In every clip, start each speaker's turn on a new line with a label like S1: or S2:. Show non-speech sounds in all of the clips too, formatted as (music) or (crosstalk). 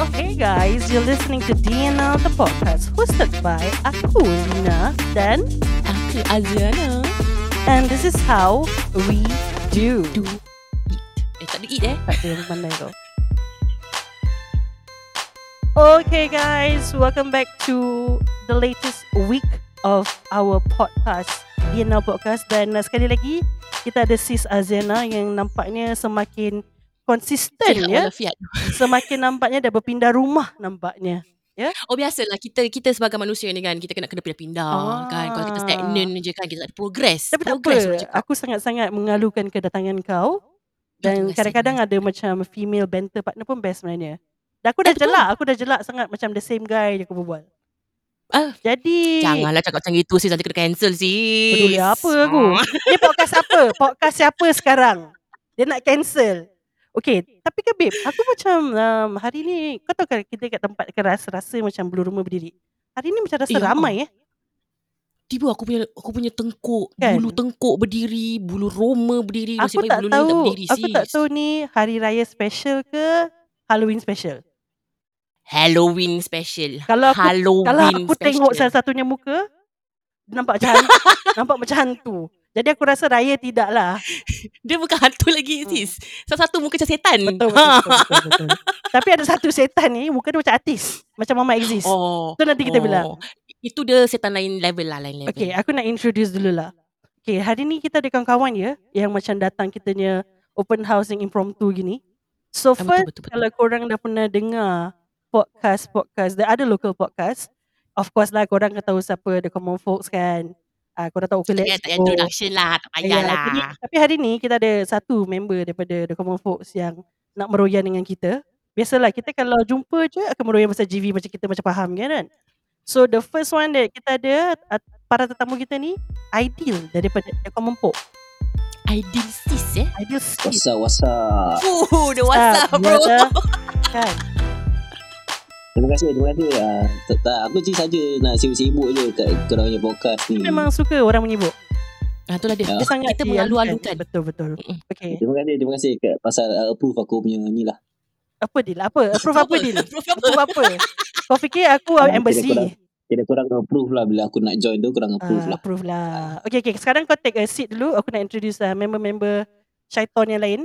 S1: Oh, hey guys, you're listening to DNA the podcast hosted by aku Rina dan
S2: Aku Aziana
S1: and this is how we do.
S2: Do Eh tak ada eat eh
S1: Tak ada pandai kau. Okay guys, welcome back to the latest week of our podcast DNA Podcast dan uh, sekali lagi kita ada sis Azena yang nampaknya semakin konsisten ya.
S2: Allah, fiat.
S1: Semakin nampaknya dah berpindah rumah nampaknya.
S2: Oh biasalah kita kita sebagai manusia ni kan Kita kena kena pindah-pindah
S1: Ah.
S2: kan Kalau kita stagnan je kan Kita tak ada progress
S1: Tapi tak apa.
S2: progress orang cakap.
S1: Aku sangat-sangat mengalukan kedatangan kau.
S2: Terima
S1: Dan
S2: kasih.
S1: kadang-kadang ada macam female banter partner pun best sebenarnya. Dan aku dah
S2: Eh, betul.
S1: jelak. Aku dah jelak sangat macam the same guy je aku berbual.
S2: Ah,
S1: Jadi... (laughs)
S2: Janganlah cakap macam itu sis Nanti kena cancel sis Ah.
S1: Peduli apa aku? Ni podcast apa? Podcast siapa sekarang? Dia nak cancel. Okay, tapi kan babe, aku macam um, hari ni, kau tahu kan kita kat tempat keras rasa macam belum rumah berdiri. Hari ni macam rasa
S2: Ya.
S1: ramai eh.
S2: Tiba aku punya aku punya tengkuk
S1: Kan?
S2: Bulu tengkuk berdiri Bulu roma berdiri
S1: Aku
S2: Nasib baik
S1: tak
S2: bulu ni
S1: tahu,
S2: berdiri
S1: aku tak
S2: sis.
S1: tahu ni hari raya special ke Halloween special.
S2: Halloween special
S1: Kalau aku
S2: Halloween
S1: Kalau aku
S2: special.
S1: tengok salah satunya muka Nampak macam
S2: (laughs)
S1: hantu, Nampak macam hantu Jadi aku rasa raya tidak lah
S2: Dia bukan hantu lagi
S1: Hmm.
S2: sis Salah satu muka macam setan
S1: Betul betul,
S2: Ha.
S1: betul, betul, betul. Tapi ada satu setan ni Muka dia macam artis Macam Mama Exist oh,
S2: (laughs) Oh
S1: So nanti kita
S2: oh.
S1: bilang
S2: Itu dia setan lain level lah lain level.
S1: Okay aku nak introduce dulu lah Okay hari ni kita ada kawan-kawan ya Yang macam datang kitanya Open house yang impromptu gini So
S2: Ah,
S1: first
S2: betul, betul, betul.
S1: kalau korang dah pernah dengar podcast-podcast, there ada local podcast. Of course lah, korang akan tahu siapa The Common Folks kan. Uh, korang tahu
S2: tak
S1: Let's
S2: payah, tak payah
S1: Go.
S2: introduction lah, tak
S1: Ya,
S2: payah lah.
S1: Jadi, tapi hari ni kita ada satu member daripada The Common Folks yang nak meroyan dengan kita. Biasalah kita kalau jumpa je akan meroyan pasal GV macam kita macam faham kan kan. So the first one that kita ada uh, para tetamu kita ni Ideal daripada The Common Folk.
S2: Ideal sis eh.
S1: Ideal sikit.
S3: What's up, what's up?
S2: Oh,
S1: Ah,
S2: the WhatsApp bro.
S1: kan.
S3: Terima kasih, terima kasih. Uh, tak, tak, aku cik saja nak sibuk-sibuk je kat korang punya podcast ni.
S1: Memang suka orang menyibuk.
S2: Ah, itulah dia.
S1: Dia
S2: Kita,
S1: sangat
S2: kita
S1: diam,
S2: mengalu-alukan.
S1: kan? Betul betul.
S2: Mm-mm.
S1: Okay.
S3: Terima kasih, terima kasih kat pasal uh, approve aku punya ni lah.
S1: Apa deal? Apa? Approve apa deal?
S2: Proof apa?
S1: Approve
S2: (laughs)
S1: apa? Kau fikir aku lah.
S3: Ah,
S1: embassy?
S3: kira-kira. Kira korang approve lah bila aku nak join tu, korang approve
S1: Ah,
S3: lah.
S1: approve lah. Okay, okay. Sekarang kau take a seat dulu. Aku nak introduce uh, member-member Syaiton yang lain.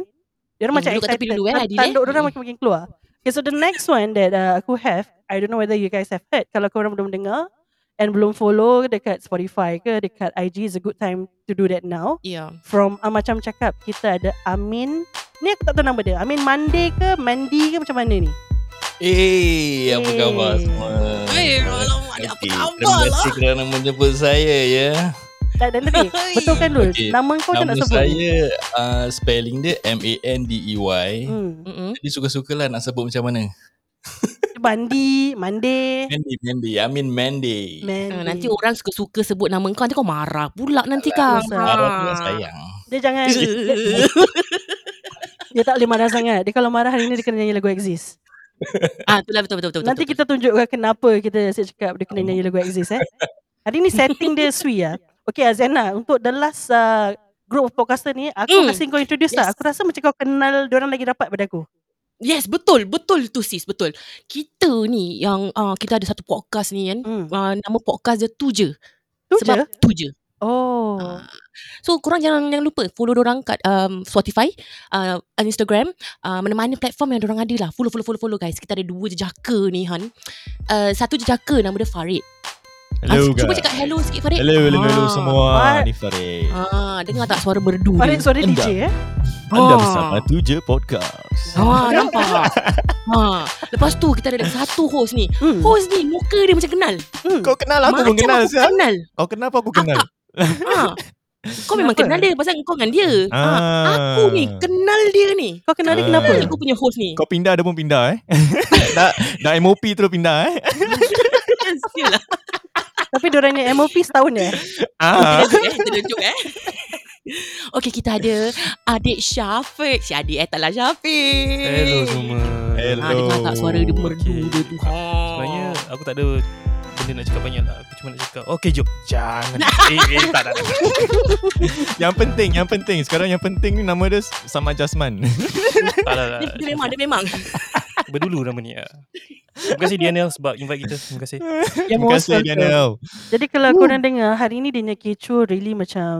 S1: Dia orang
S2: Hmm,
S1: macam
S2: duduk kat
S1: excited.
S2: tepi dulu, eh,
S1: Tan-
S2: Adil, eh.
S1: Tanduk dia orang
S2: Mm.
S1: makin-makin keluar. Okay, so the next one that uh, aku have, I don't know whether you guys have heard. Kalau korang belum dengar and belum follow dekat Spotify ke dekat IG, is a good time to do that now.
S2: Ya.
S1: From uh, macam cakap, kita ada Amin. Ni aku tak tahu nama dia. Amin Mandi ke Mandi ke macam mana ni?
S4: Eh, apa
S1: Eh.
S4: khabar semua?
S2: Eh, alamak, ada apa
S4: Okey,
S2: khabar
S4: Terima
S2: lah?
S4: kasih kerana menjemput saya ya.
S1: Dan, dan
S4: (laughs)
S1: tadi, betul kan Lul?
S4: Okay,
S1: Nama kau tak
S4: Nama
S1: nak sebut. ni?
S4: saya uh, spelling dia M A N D E Y.
S1: Hmm.
S2: Mm-mm.
S4: Jadi suka-sukalah nak sebut macam mana.
S1: Mandi, Mandi.
S4: Mandy, Mandy. I mean Mandy.
S2: Ah,
S1: Mandy.
S2: nanti orang suka-suka sebut nama kau Nanti kau marah pula nanti Ah. kau
S1: Alah,
S4: Marah pula sayang.
S1: Dia jangan dia, dia tak boleh marah sangat Dia kalau marah hari ni Dia kena nyanyi lagu Exist
S2: (laughs) Ah, itulah betul betul betul.
S1: Nanti
S2: betul,
S1: kita tunjukkan kenapa Kita asyik cakap Dia kena nyanyi lagu Exist eh Hari ni setting dia sui lah Okay Azena Untuk the last uh, Group of podcaster ni Aku
S2: Mm.
S1: kasi kau introduce lah
S2: Yes.
S1: Aku rasa macam kau kenal Diorang lagi rapat pada aku
S2: Yes, betul, betul tu sis, betul. Kita ni yang ah, kita ada satu podcast ni kan.
S1: hmm.
S2: Ah, nama podcast dia tu je.
S1: Tu je
S2: Sebab tu je.
S1: Oh
S2: Ah. So korang jangan jangan lupa follow orang kat um, Spotify, uh, on Instagram, uh, mana-mana platform yang orang ada lah. Follow follow follow follow guys. Kita ada dua jejaka ni Han. Uh, satu jejaka nama dia Farid. Ah,
S5: Hello
S2: cuba
S5: guys.
S2: cakap hello sikit Farid.
S5: Hello, hello, hello
S2: Ah.
S5: semua.
S1: What?
S5: Ni Farid.
S2: Ah, dengar tak suara merdu
S1: Farid
S2: dia?
S1: suara
S5: Enggak.
S1: DJ eh
S5: Anda
S2: Ah.
S5: bersama Tuja Podcast.
S2: Ah, nampak. ah, lepas tu kita ada lagi satu host ni.
S1: hmm.
S2: Host ni muka dia macam kenal.
S1: hmm.
S5: Kau kenal aku
S2: Macam
S5: pun kenal
S2: aku
S5: sial.
S2: kenal.
S5: Kau kenal apa aku kenal?
S2: Ha. Kau memang
S1: Kenapa?
S2: kenal dia pasal kau dengan dia. Ah.
S5: Ah.
S2: Aku ni kenal dia ni.
S1: Kau kenal dia
S5: Ah.
S1: kenapa
S2: Kenal aku punya host ni.
S5: Kau pindah dia pun pindah eh. (laughs) dah dah MOP terus
S2: (laughs)
S5: pindah eh.
S2: Sial lah.
S1: Tapi diorang ni MOP setahun ya
S2: (laughs)
S5: Ah.
S2: Kita tunjuk eh, kita tunjuk eh. Okey, kita ada adik Syafiq. Si adik eh, taklah Syafiq. Ah,
S6: Hello semua
S5: Hello.
S2: Ha, dengar tak suara dia merdu
S6: Okey.
S2: dia tu. Ha.
S6: Sebenarnya aku tak ada benda nak cakap banyak lah Aku cuma nak cakap Okay jom Jangan eh, (laughs) eh, tak, tak, tak.
S5: Yang penting Yang penting Sekarang yang penting ni Nama dia Samad Jasman
S6: tak, tak,
S2: Dia, dia
S6: tak.
S2: memang Dia memang
S6: Berdulu nama ni ah. Terima kasih Diana sebab invite kita Terima kasih
S1: Yang
S5: Terima kasih Daniel
S1: Jadi kalau
S5: Hmm.
S1: Woo. korang dengar hari ni dia punya kecoh really macam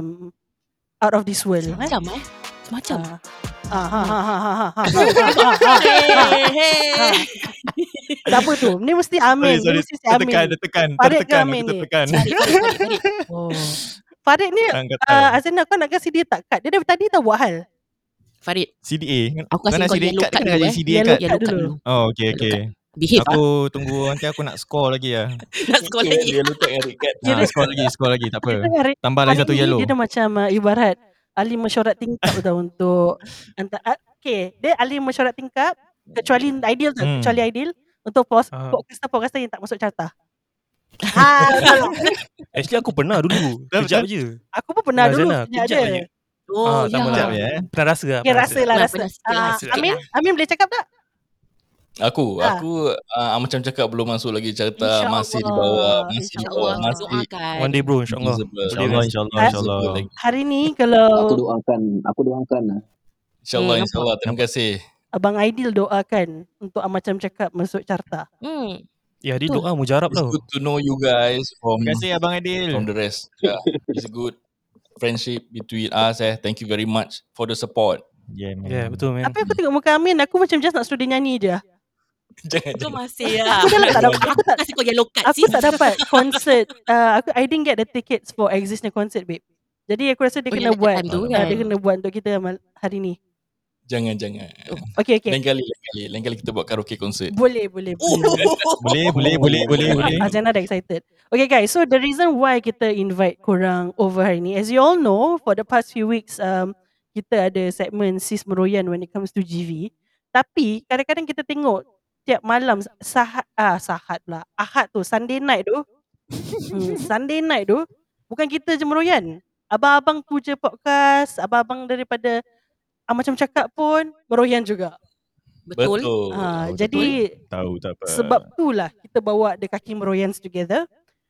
S1: out of this world. eh?
S2: Macam eh Semacam
S1: Ah. Ah, ha, ha, ha, ha, ha, ha,
S2: (laughs) Hey,
S1: Ah.
S2: hey.
S1: Tak apa tu. Ni mesti amin. Ni
S5: Sorry sorry
S1: mesti si amin.
S5: Tertekan Tertekan
S1: Farid ke
S5: Tertekan
S1: Amin ni?
S5: Aku tertekan
S2: Farid, Farid, Farid, Farid.
S1: Oh. Farid ni
S5: Angkat
S1: uh, Azana kau nak kasi dia tak cut. Dia dari tadi tak buat hal.
S2: Farid
S5: CDA
S2: Aku
S5: Kau
S2: kasi
S5: nak
S2: kau
S5: CDA
S2: yellow
S5: kat
S2: card
S5: Kena
S2: dulu
S5: kasi
S2: eh
S5: CDA
S1: Yellow
S2: Yellow
S5: kat
S1: Cut
S2: card
S1: dulu.
S2: dulu
S5: Oh okay
S2: Yellow
S5: okay
S2: Behave lah
S5: Aku tunggu Nanti aku nak score lagi lah
S2: Nak sekolah lagi
S4: Dia letak yang dekat
S5: ha, Score lagi Score lagi tak
S1: Dia
S5: apa
S1: hari,
S5: Tambah
S1: hari
S5: lagi satu
S1: ni
S5: yellow
S1: Dia dah macam uh, ibarat ahli mesyuarat tingkap tau untuk antara uh, okay, dia ahli mesyuarat tingkap kecuali ideal tak?
S5: Hmm.
S1: Kecuali ideal untuk pos,
S6: Ah.
S1: podcaster-podcaster yang tak masuk carta. ah, betul lah.
S6: Actually aku pernah dulu
S5: Dah,
S6: Kejap je
S1: aku pun pernah
S6: Nah,
S1: dulu
S6: Zainal,
S1: punya
S6: kejap
S1: ada.
S6: je.
S2: Oh
S6: tak apa lah.
S5: Sekejap
S2: ya
S5: ya
S6: Pernah rasa lah
S1: Okay,
S6: pernah
S1: rasa lah
S2: Pernah,
S1: rasa.
S2: pernah sikit lah,
S1: Ah,
S2: sikit
S1: Amin, Amin boleh cakap tak?
S4: Aku
S1: Ah.
S4: Aku uh, Macam cakap belum masuk lagi Carta
S1: InsyaAllah,
S4: Masih di bawah Masih di
S2: InsyaAllah
S4: bawah
S2: kita
S4: Masih
S1: lah.
S2: doakan
S6: One day bro insyaAllah
S4: invisible.
S5: InsyaAllah InsyaAllah InsyaAllah
S4: Invisible lagi.
S1: Hari ni
S3: Aku
S1: kalau
S3: doakan Aku doakan lah
S4: InsyaAllah
S2: Hmm,
S4: InsyaAllah Terima kasih
S1: Abang Aidil doakan untuk ah, macam cakap masuk carta.
S2: Hmm
S6: Ya dia
S2: Betul.
S6: doa mujarab
S4: It's
S6: tau
S4: good to know you guys From
S5: Terima kasih Abang Adil
S4: from the rest yeah, It's good Friendship between us eh. Thank you very much For the support
S5: Yeah,
S6: Ya
S5: man.
S6: yeah, betul man
S1: Tapi aku tengok muka Amin, aku macam just nak suruh dia nyanyi je.
S4: Jangan
S2: Kau
S4: jangan
S2: masih lah
S1: Aku dah lah tak
S2: (laughs)
S1: dapat, aku tak
S2: Kasih kau yellow card
S1: aku tak dapat concert. Uh, aku I didn't get the tickets for existing concert, babe. Jadi aku rasa dia
S2: Oh,
S1: kena
S2: yang
S1: buat.
S2: time tu,
S1: Uh,
S2: kan?
S1: Dia kena buat untuk kita mal- hari ni.
S4: Jangan jangan
S1: Okay, okay.
S4: Lain kali Lain kali Lain kali kita buat karaoke concert
S1: Boleh, boleh. boleh.
S5: Boleh boleh boleh boleh boleh
S1: Azana dah Ah, excited. Okay guys, so the reason why kita invite korang over hari ni, as you all know, for the past few weeks, um, kita ada segmen Sis Meroyan when it comes to GV. Tapi kadang-kadang kita tengok tiap malam sahat ah sahat pula. Ahad tu Sunday night tu. hmm, Sunday night tu bukan kita je meroyan. Abang-abang tu je podcast, abang-abang daripada ah, macam cakap pun meroyan juga.
S2: Betul
S4: Betul
S1: Ah,
S4: Oh, Betul.
S1: jadi
S5: Tahu tak apa
S1: sebab itulah kita bawa The Kaki Meroyans together.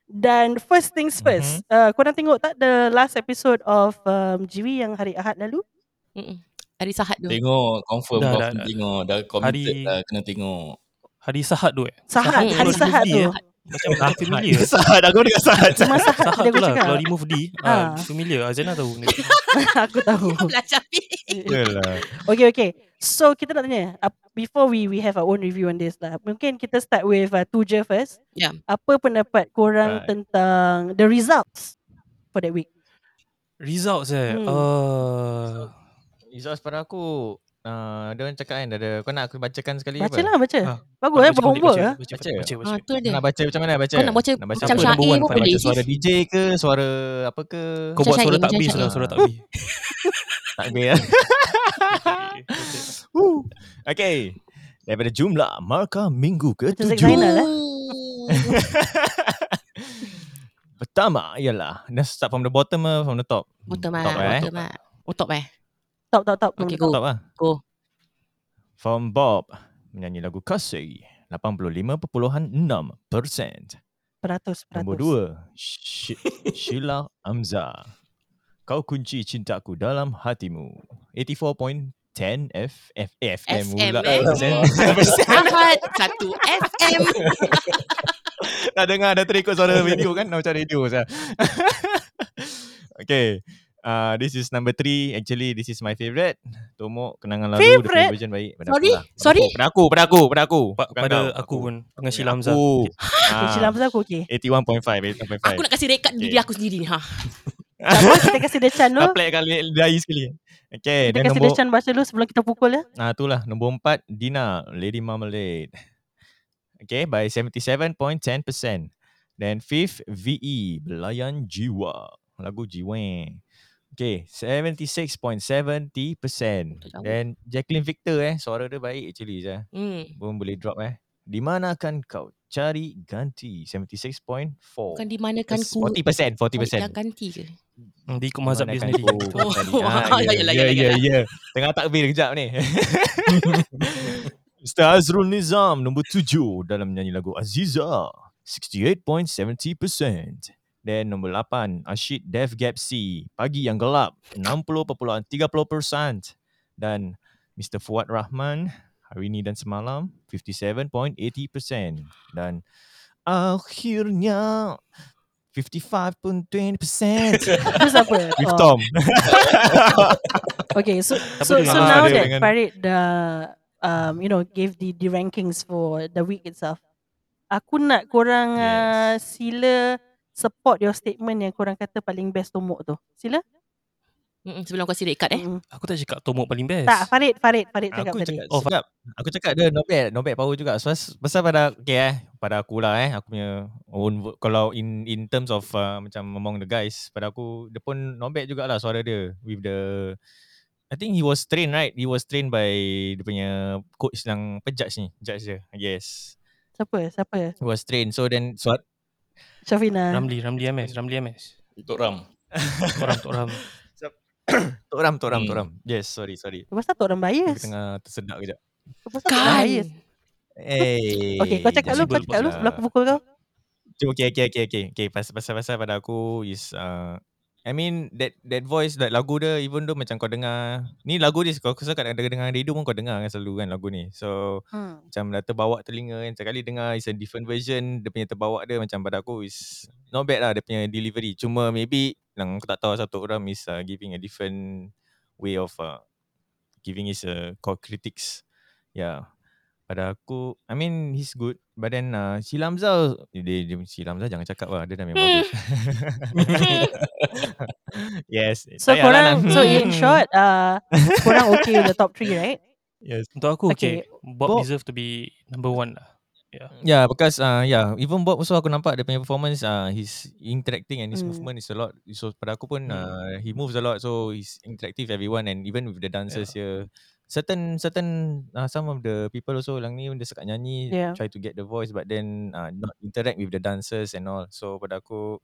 S1: Dan first things first, uh, korang tengok tak the last episode of um, GV yang hari Ahad lalu?
S2: Mm-mm. Hari Sahat tu
S4: Tengok Confirm
S6: Dah,
S4: dah,
S6: dah,
S4: dah,
S6: dah.
S4: tengok Dah committed
S6: Hari-
S4: dah Kena tengok
S6: Hari Sahat tu eh
S1: Sahat,
S2: Sahat.
S1: hari
S6: Kalau
S1: Sahat
S6: dibeli,
S1: tu.
S6: eh, Macam macam
S4: (laughs)
S6: familiar
S5: Sahat Aku dengar sahat
S1: Cuma Sahat,
S6: Sahat
S1: dia
S6: tu
S1: aku
S6: lah
S1: cakap.
S6: Kalau
S1: (laughs)
S6: remove D
S1: Ah.
S6: ah, Familiar Azana
S1: (laughs)
S6: tahu benda tu.
S1: aku tahu.
S2: Belajar
S5: Yelah
S1: okay, okay. So kita nak tanya, uh, before we we have our own review on this lah, mungkin kita start with uh, Tuja first.
S2: Yeah.
S1: Apa pendapat korang
S5: Right.
S1: tentang the results for that week?
S6: Results eh
S1: Hmm.
S6: Ah.
S5: Izzaz pada aku uh, Dia orang cakap kan ada, Kau nak aku bacakan sekali
S1: Baca
S5: apa?
S1: lah, baca.
S6: Ah.
S1: Bagus eh,
S6: Baca,
S1: buat homework
S6: baca,
S1: lah.
S6: baca,
S5: Baca.
S6: baca, baca.
S2: Ah tu
S5: Kau
S2: dia
S5: nak baca macam mana baca?
S2: Kau nak baca macam
S5: apa?
S6: number
S2: syair
S6: one
S2: pun
S5: Nak
S6: fan
S2: boleh
S5: baca suara
S2: Sis.
S5: DJ ke Suara apa ke
S6: Kau buat
S2: Macam
S6: suara
S2: syair,
S6: tak
S2: macam
S6: habis
S2: syair.
S6: lah Suara
S1: (laughs)
S6: tak habis
S5: Tak
S2: (laughs)
S5: boleh lah Okay Daripada jumlah markah minggu ke
S1: Macam Zack
S5: tujuh
S1: Zainal eh.
S5: Pertama ialah Let's start from the bottom or from the top?
S2: Bottom ah
S5: Top eh
S2: Bottom ah Oh top eh
S1: Top, top, top.
S2: Okay
S5: Top
S2: go
S5: lah
S2: Go
S5: From Bob Menyanyi lagu Kasih 85.6%
S1: Peratus, peratus.
S5: Nombor dua Sh- Sheila Amza Kau kunci cintaku dalam hatimu 84.10 F F FM
S2: FM
S5: pula.
S2: eh. Ahad Satu FM
S5: Tak dengar dah terikut
S6: (laughs)
S5: suara radio kan Macam radio saya. (laughs) okay uh, This is number three Actually this is my favourite Tomok Kenangan Lalu Dia punya
S1: Favourite?
S5: version baik pada
S2: Sorry?
S5: aku lah. Pada
S2: Sorry?
S5: aku, Pada aku Pada aku Pada aku
S6: Pa-
S5: Bukan
S6: Pada
S5: kau,
S6: aku pun Pengasih
S2: (laughs)
S6: Hamzah
S5: Aku Ah,
S1: Okay, Sheila Hamzah aku okay.
S5: 81.5
S2: Aku
S5: 81.5
S2: nak kasi rekat diri
S5: Okay.
S2: aku sendiri ni ha.
S1: Tak apa, kita kasi dia chance dulu.
S5: Tak pelik kali Dahi sekali Okay
S1: Kita
S5: Then
S1: kasi dia
S5: nombor
S1: chance baca dulu sebelum kita pukul ya.
S5: Ah tu lah Nombor empat Dina Lady Marmalade Okay by 77.10% Then fifth VE Belayan Jiwa Lagu Jiwa Okay 76.70%
S2: jauh.
S5: Then Jacqueline Victor eh Suara dia baik actually Zah
S2: Hmm.
S5: Pun boleh drop eh Di mana akan kau cari ganti 76.4
S2: Bukan di mana kan
S5: Yes,
S2: ku
S5: 40% 40%
S2: Yang ganti ke
S6: Hmm, Dia ikut mazhab dia
S5: Mana
S6: sendiri
S5: kan kau
S2: Oh.
S5: tadi?
S2: Oh,
S5: Ah, ya,
S2: yelah,
S5: ya,
S2: yelah,
S5: ya, ya. Tengah takbir kejap (laughs) ni. Ustaz Azrul Nizam nombor tujuh dalam nyanyi lagu Aziza. 68.70%. Then nombor 8, Ashid Dev Gap C, Pagi yang gelap, 60.30%. Dan Mr. Fuad Rahman, hari ini dan semalam, 57.80%. Dan akhirnya 55.20%. (laughs)
S1: Itu siapa?
S5: With
S1: Oh, (laughs)
S5: Tom.
S1: Okay, so
S6: Siapa
S1: so,
S6: tu
S1: so
S6: yang-
S1: now
S5: Ah, dia
S1: that
S5: dengan-
S1: Farid dah um, you know gave the the rankings for the week itself, aku nak korang uh, sila support your statement yang korang kata paling best tomok tu. Sila.
S2: Mm-mm, sebelum kau silik kad eh.
S1: Mm.
S6: Aku tak cakap Tomok paling best.
S1: Tak, Farid, Farid, Farid cakap
S5: Aku
S1: tadi.
S5: cakap,
S6: Oh,
S5: oh, cakap aku cakap dia not bad, not bad power juga. So, pasal pada okay eh, pada aku lah eh, aku punya own vo- kalau in in terms of uh, macam among the guys, pada aku dia pun not bad jugalah suara dia with the I think he was trained right. He was trained by dia punya coach yang apa judge ni, judge dia. Yes.
S1: Siapa? Siapa?
S5: He was trained. So then suara
S1: Syafina.
S6: Ramli, Ramli MS, Ramli MS.
S4: Tok Ram.
S6: Tok Ram, Tok Ram.
S5: Tok Ram, Tok Ram, Tok
S4: Hmm.
S5: Ram. Yes, sorry, sorry.
S1: Lepas tu orang
S5: Aku
S1: bias.
S5: tengah tersedak kejap.
S1: Lepas tu orang
S2: Kan.
S1: bias.
S5: Hey.
S1: Okay, kau cakap
S5: jangan
S1: lu, kau
S5: buat
S1: cakap lu
S5: lah.
S1: sebelum aku pukul kau.
S5: Cuma okay, okay, okay, okay. Okay, pasal, pasal, pasal pada aku is... Uh, I mean, that that voice, that lagu dia, even though macam kau dengar... Ni lagu dia, kau rasa kat dengar radio pun kau dengar kan selalu kan lagu ni. So,
S1: Hmm.
S5: macam dah terbawa telinga kan. Sekali dengar is a different version, dia punya terbawa dia macam pada aku is... Not bad lah dia punya delivery. Cuma maybe, yang aku tak tahu satu orang is uh, giving a different way of uh, giving his uh, core critics. Yeah. Pada aku, I mean he's good. But then uh, si Lamza, dia, dia, si Lamza jangan cakap lah. Dia dah
S1: (laughs)
S2: Kan?
S5: memang
S2: Hmm.
S5: bagus.
S2: (laughs)
S5: yes.
S1: So
S5: tak payah lah
S1: korang,
S5: nak-
S1: so
S5: (laughs)
S1: in short, uh, korang okay with the top 3, right?
S5: Yes.
S6: Untuk aku, okay.
S1: Okay.
S6: Bob,
S5: Bob.
S6: deserve to be number one lah.
S5: Yeah, because uh, yeah, even Bob also aku nampak dia punya performance, uh, his interacting and his
S1: Mm.
S5: movement is a lot. So pada aku pun
S1: Hmm.
S6: Mm.
S5: uh, he moves a lot, so he's interactive everyone and even
S1: Ya.
S5: with the dancers here. Certain certain uh, some of the people also lang ni dia sekat nyanyi,
S1: Yeah.
S5: try to get the voice but then uh, not interact with the dancers and all. So pada aku,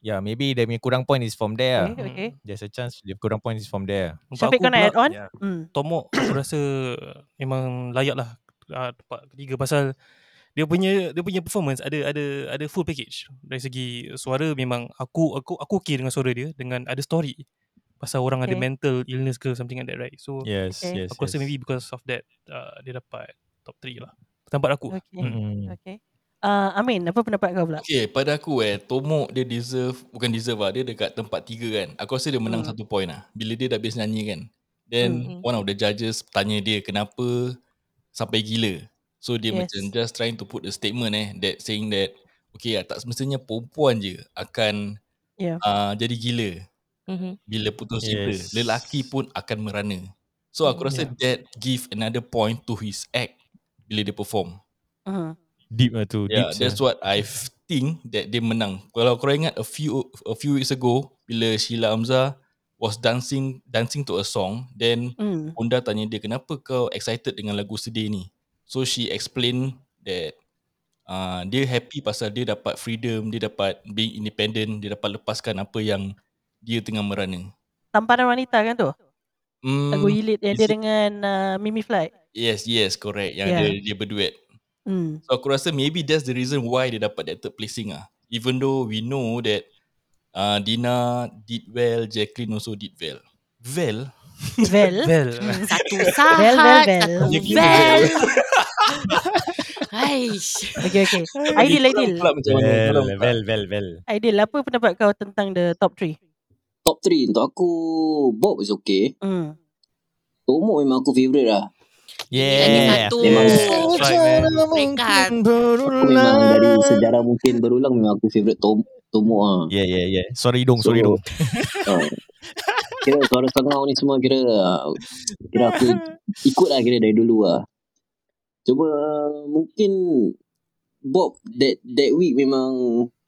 S5: yeah, maybe dia punya kurang point is from
S1: Okay,
S5: there. Okay.
S1: okay.
S5: There's a chance dia kurang point is from there.
S6: Untuk
S1: Syafiq,
S6: aku
S1: kau nak
S6: pula,
S1: add on?
S5: Yeah.
S1: Hmm.
S6: Tomok aku (coughs) rasa memang layak lah uh, tempat ketiga pasal dia punya dia punya performance ada ada ada full package dari segi suara memang aku aku aku okay dengan suara dia dengan ada story pasal orang ada
S1: Okay.
S6: mental illness ke something like that right so
S5: Yes,
S1: Okay.
S5: yes.
S6: aku rasa
S5: yes.
S6: maybe because of that uh, dia dapat top 3 lah tempat aku
S1: Okay.
S5: Mm-mm.
S1: Okay. Uh, Amin, apa pendapat kau pula?
S4: Okay, pada aku eh, Tomok dia deserve, bukan deserve lah, dia dekat tempat tiga kan. Aku rasa dia menang
S1: Hmm.
S4: satu point lah. Bila dia dah habis nyanyi kan. Then
S2: Hmm.
S4: one of the judges tanya dia kenapa sampai gila. So
S1: Yes.
S4: dia yes. macam just trying to put a statement eh, that saying that, okay lah, tak semestinya perempuan je akan
S1: Yeah.
S4: uh, jadi gila
S2: Mhm.
S4: bila putus cinta.
S5: Yes.
S4: Lelaki pun akan merana. So aku rasa
S6: Yeah.
S4: that give another point to his act bila dia perform.
S1: Uh-huh.
S5: Deep lah tu.
S4: Yeah,
S5: deep
S1: uh,
S4: that's what I f- think that dia menang. Kalau korang ingat a few a few weeks ago bila Sheila Hamzah was dancing dancing to a song, then
S1: Mm.
S4: Honda tanya dia kenapa kau excited dengan lagu sedih ni. So she explain that uh, dia happy pasal dia dapat freedom, dia dapat being independent, dia dapat lepaskan apa yang dia tengah merana.
S1: Tamparan wanita kan tu?
S4: Hmm,
S1: Lagu Elite yang
S4: is
S1: dia
S4: it-
S1: dengan uh, Mimi Flight.
S4: yes, yes, correct. Yang
S1: Yeah.
S4: dia, dia berduet.
S1: Mm.
S4: So aku rasa maybe that's the reason why dia dapat that third placing ah. Even though we know that uh, Dina did well, Jacqueline also did well. Well?
S1: Vel.
S6: (laughs)
S5: (laughs)
S6: well
S1: Mm.
S2: Satu
S1: Bel, bel,
S2: sahat,
S1: bel.
S2: satu
S1: Dia
S4: kira.
S2: bel. (laughs) Aish.
S1: Okay, okay. Aidil, Aidil.
S4: Pula macam mana?
S5: Well,
S6: lah,
S4: Korang-
S5: well, well, well.
S1: Aidil, lah. apa pendapat kau tentang the top 3?
S3: Top 3 untuk aku Bob is okay
S1: Mm.
S3: Tomok memang aku favourite lah
S2: Lagi satu.
S3: Memang
S5: Oh,
S6: right, man.
S2: Peringkat.
S3: Aku memang dari sejarah mungkin berulang Memang aku favourite Tom, Tomok lah
S5: Yeah, yeah, yeah. Sorry hidung, sorry
S3: So,
S5: hidung.
S3: ah, Kira suara sangau ni semua kira ah, Kira aku ikut lah kira dari dulu lah Cuma mungkin Bob that that week memang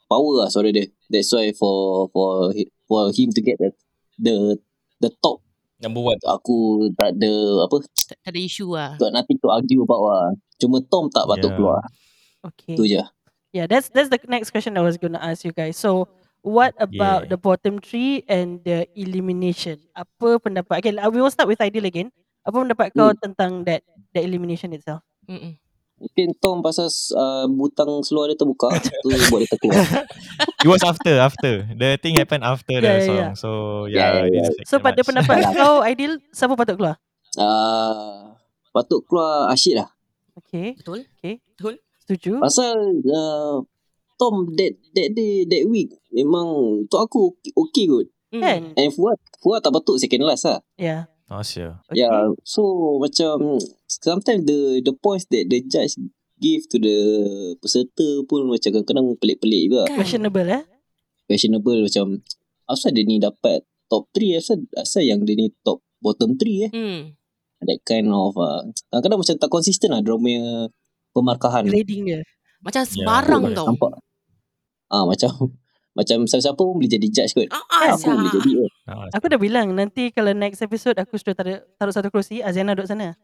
S3: power lah suara dia That's why for for hi- for him to get the the the top
S4: Number one.
S3: aku tak ada apa
S2: Tak tak ada isu lah.
S3: got nothing to argue about lah. Cuma Tom tak patut
S5: Yeah.
S3: keluar.
S1: Okay.
S3: Tu je.
S1: Yeah, that's that's the next question I was going to ask you guys. So, what about the
S5: Yeah.
S1: bottom three and the elimination? Apa pendapat? lah, Okay, we will start with Aidil again. Apa pendapat kau tentang that the elimination itself?
S2: Mm-mm.
S3: Mungkin Tom pasal uh, butang seluar dia terbuka tu buat dia terkeluar.
S5: It was after after the thing happened after
S1: Yeah,
S5: the
S1: yeah,
S5: song.
S1: yeah.
S5: So
S3: Yeah, yeah,
S5: yeah. it
S3: yeah.
S5: didn't affect
S1: So
S5: that
S1: pada
S5: much. (laughs)
S1: pendapat kau Aidil siapa patut keluar?
S3: Uh, patut keluar Ashid lah.
S1: Okay,
S2: Betul?
S1: okay.
S2: Betul.
S1: Setuju.
S3: Pasal uh, Tom that that day that week memang untuk aku okay, okay kot.
S2: Mm.
S1: Kan?
S3: And Fuad Fuad tak patut second last lah.
S1: Yeah.
S5: Oh sure.
S1: Okay.
S3: Okay. Yeah, so macam sometimes the the points that the judge give to the peserta pun macam kadang-kadang pelik-pelik juga.
S2: Kan?
S1: Questionable eh.
S3: Questionable macam asal dia ni dapat top 3 asal asal yang dia ni top bottom 3 eh.
S2: Mm.
S3: That kind of uh, kadang-kadang macam tak konsisten lah drama punya pemarkahan.
S1: Grading dia.
S2: Macam sembarang
S5: betul.
S2: tau.
S3: Nampak. Ah macam (laughs) macam siapa-siapa pun boleh jadi judge kot.
S1: Kan?
S2: Ah, ah,
S3: Siapa pun boleh jadi kot.
S5: Ah,
S1: Aku dah bilang nanti kalau next episode aku sudah taruh, taruh satu kerusi Azena duduk sana.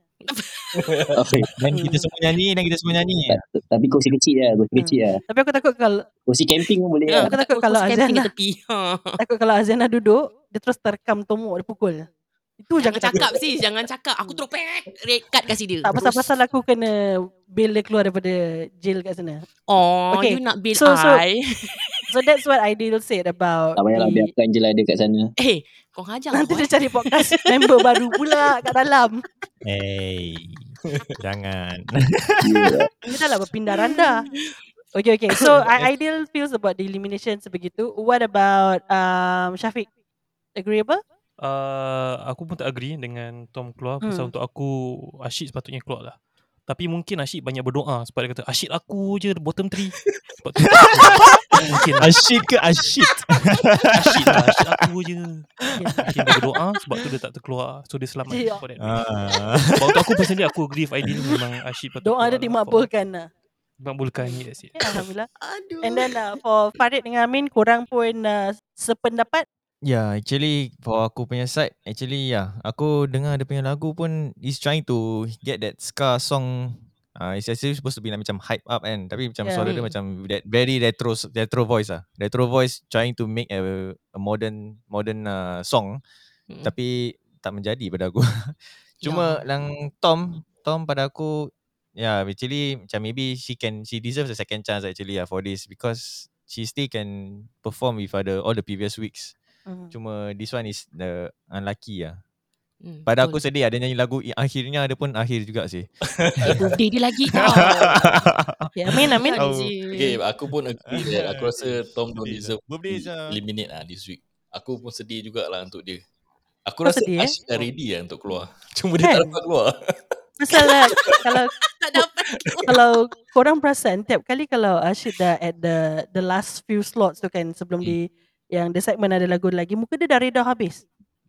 S3: Okay.
S5: Dan kita semua nyanyi Dan kita semua
S3: (laughs)
S5: nyanyi
S3: Tapi kursi kecil lah, kursi
S2: Hmm.
S3: kecil lah.
S1: Tapi aku takut
S2: (laughs)
S1: kalau
S3: Kursi camping pun boleh
S2: Ya.
S3: lah.
S1: Aku takut kalau Azan lah.
S2: tepi. Ha.
S1: takut kalau Azena duduk dia terus terkam tomok dia pukul. Itu
S2: Jangan
S1: jangan
S2: cakap
S1: takut.
S2: sis, jangan cakap. Aku terus pek, red card kasi dia.
S1: Tak
S2: Terus.
S1: pasal-pasal aku kena bail dia keluar daripada jail kat sana.
S2: Oh,
S1: Okay.
S2: you nak bail
S1: So- so-
S2: I.
S1: So that's what Aidil said about
S3: Tak payahlah
S2: Hmm.
S1: the-
S3: biarkan je lah dia kat
S2: (laughs)
S3: sana.
S2: (laughs) Eh, kau ngajak
S1: Nanti
S2: aku.
S1: dia cari podcast member baru pula kat dalam.
S3: (laughs)
S5: Hey Jangan
S3: Yeah.
S1: Dia dah lah berpindah randa. Okay, okay. So, I ideal feels about the elimination sebegitu. What about um, Syafiq? Agreeable?
S6: Uh, aku pun tak agree dengan Tom keluar hmm.
S1: Hmm.
S6: pasal untuk aku Ashid sepatutnya keluar lah. Tapi mungkin Ashid banyak berdoa sebab dia kata Ashid aku je bottom 3. Sebab tu (laughs) mungkin
S5: (laughs)
S6: lah.
S5: Ashit ke Ashit
S6: Ashid lah, Ashid aku je. Mungkin dia berdoa sebab tu dia tak terkeluar. So dia selamat.
S1: Ya.
S6: for that.
S5: ah.
S6: Sebab untuk aku personally aku agree with Aidil memang Ashid patut
S1: Doa dia
S6: keluar lah.
S1: dimakbulkan lah.
S6: Dimakbulkan yes. yes.
S1: Okay, Alhamdulillah.
S2: Aduh.
S1: And then uh, for Farid dengan Amin, korang pun uh, sependapat.
S5: Yeah, Ya, actually for aku punya side, actually yeah, aku dengar dia punya lagu pun is trying to get that ska song. Uh, it's actually supposed to be like macam hype up and tapi macam
S1: Yeah.
S5: suara dia
S2: Mm.
S5: macam that very retro retro voice ah. Retro voice trying to make a, a modern modern uh, song
S2: Mm.
S5: tapi tak menjadi pada aku. (laughs) Cuma
S2: Yeah.
S5: lang Tom, Tom pada aku yeah, actually macam maybe she can she deserves a second chance actually yeah, for this because she still can perform with other all the previous weeks.
S1: Hmm.
S5: Cuma this one is the unlucky lah.
S2: Mm,
S5: Pada aku
S2: betul.
S5: sedih ada nyanyi lagu i- akhirnya dia pun akhir juga
S4: (laughs)
S5: sih.
S2: Eh, birthday dia
S1: (laughs)
S2: lagi tau.
S1: Okay, Amin, Amin.
S5: Oh.
S4: Okay, aku pun agree that aku
S5: (laughs)
S4: rasa Tom don't
S5: Sedih
S4: deserve
S5: lah. Birthday
S4: to
S5: lah.
S4: eliminate lah this week. Aku pun sedih jugalah untuk dia. Aku
S1: Kau
S4: rasa
S1: sedih, eh?
S4: Ash dah ready lah untuk keluar. (laughs) Cuma dia
S1: Kan?
S4: tak dapat keluar.
S1: Pasal uh, kalau
S2: tak dapat.
S1: kalau korang perasan tiap kali kalau Ashid dah at the the last few slots tu kan
S5: Hmm.
S1: sebelum di yang the segment ada lagu lagi muka dia dah reda habis.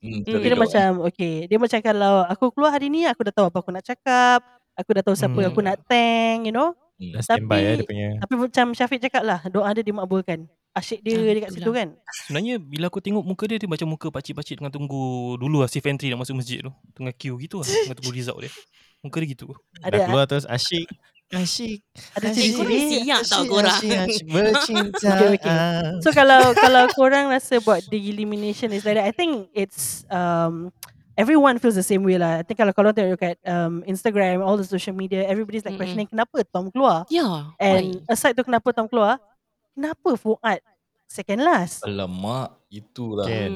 S4: Hmm,
S2: Hmm,
S1: Kira
S4: terredam.
S1: macam Okay Dia macam kalau Aku keluar hari ni Aku dah tahu apa aku nak cakap Aku dah tahu siapa
S5: Hmm.
S1: aku nak thank You know
S5: Dah standby
S1: Tapi-
S5: eh dia punya.
S1: Tapi macam Syafiq cakap lah Doa dia dimakbulkan Asyik dia
S2: Ah,
S1: dekat situ
S2: itulah.
S1: kan
S6: Sebenarnya bila aku tengok muka dia dia macam muka pakcik-pakcik tengah tunggu dulu lah safe entry nak masuk masjid tu. Tengah queue gitu lah, tengah tunggu result dia. Muka dia gitu.
S5: Dah
S1: Ada eh?
S5: keluar terus asyik. Asyik.
S1: ada
S5: asyik,
S2: Cikgu
S1: ciri-ciri
S2: siap tau korang.
S4: (laughs)
S5: bercinta.
S1: Okay, okay. So kalau kalau korang rasa buat the elimination is like that, I think it's um everyone feels the same way lah. I think kalau korang tengok kat um, Instagram, all the social media, everybody's like
S2: Mm-mm.
S1: questioning kenapa Tom keluar.
S2: Ya.
S1: And aside tu kenapa Tom keluar, kenapa Fuad second last?
S4: Alamak, itulah.
S5: Okay.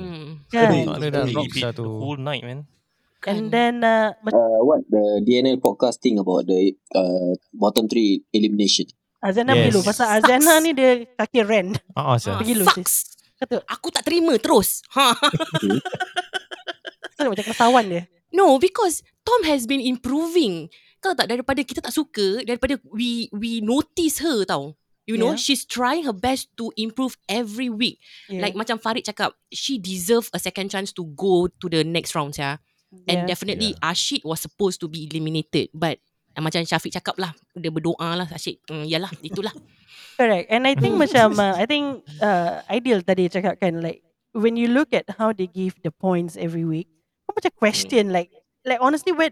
S4: Okay.
S5: Kan.
S1: Kan?
S5: Soalan dah drop
S6: Repeat
S5: satu.
S6: the whole night man.
S1: And then uh, macam
S3: Uh, what the DNL podcast thing about the uh, bottom three elimination?
S1: Azana yes.
S5: Yes.
S1: pergi Pasal Azana
S2: Sucks.
S1: ni dia kaki rent. (laughs)
S5: Ah, ah, sah.
S1: pergi lu,
S2: Sucks.
S1: Kata,
S2: Aku tak terima terus. Ha.
S1: kata macam ketawan dia.
S2: No, because Tom has been improving. Kau tahu tak daripada kita tak suka, daripada we we notice her tau. You
S1: Yeah.
S2: know, she's trying her best to improve every week.
S1: Yeah.
S2: Like macam Farid cakap, she deserve a second chance to go to the next round ya. And
S1: yeah.
S2: definitely Ashid was supposed to be eliminated, but uh, macam Syafiq cakap lah, dia berdoa lah Ashid. Mm, yalah,
S1: (laughs)
S2: itulah.
S1: Correct. And I think
S2: Hmm.
S1: macam, uh, I think uh, ideal tadi cakap kan, like when you look at how they give the points every week, kau macam question like, like honestly where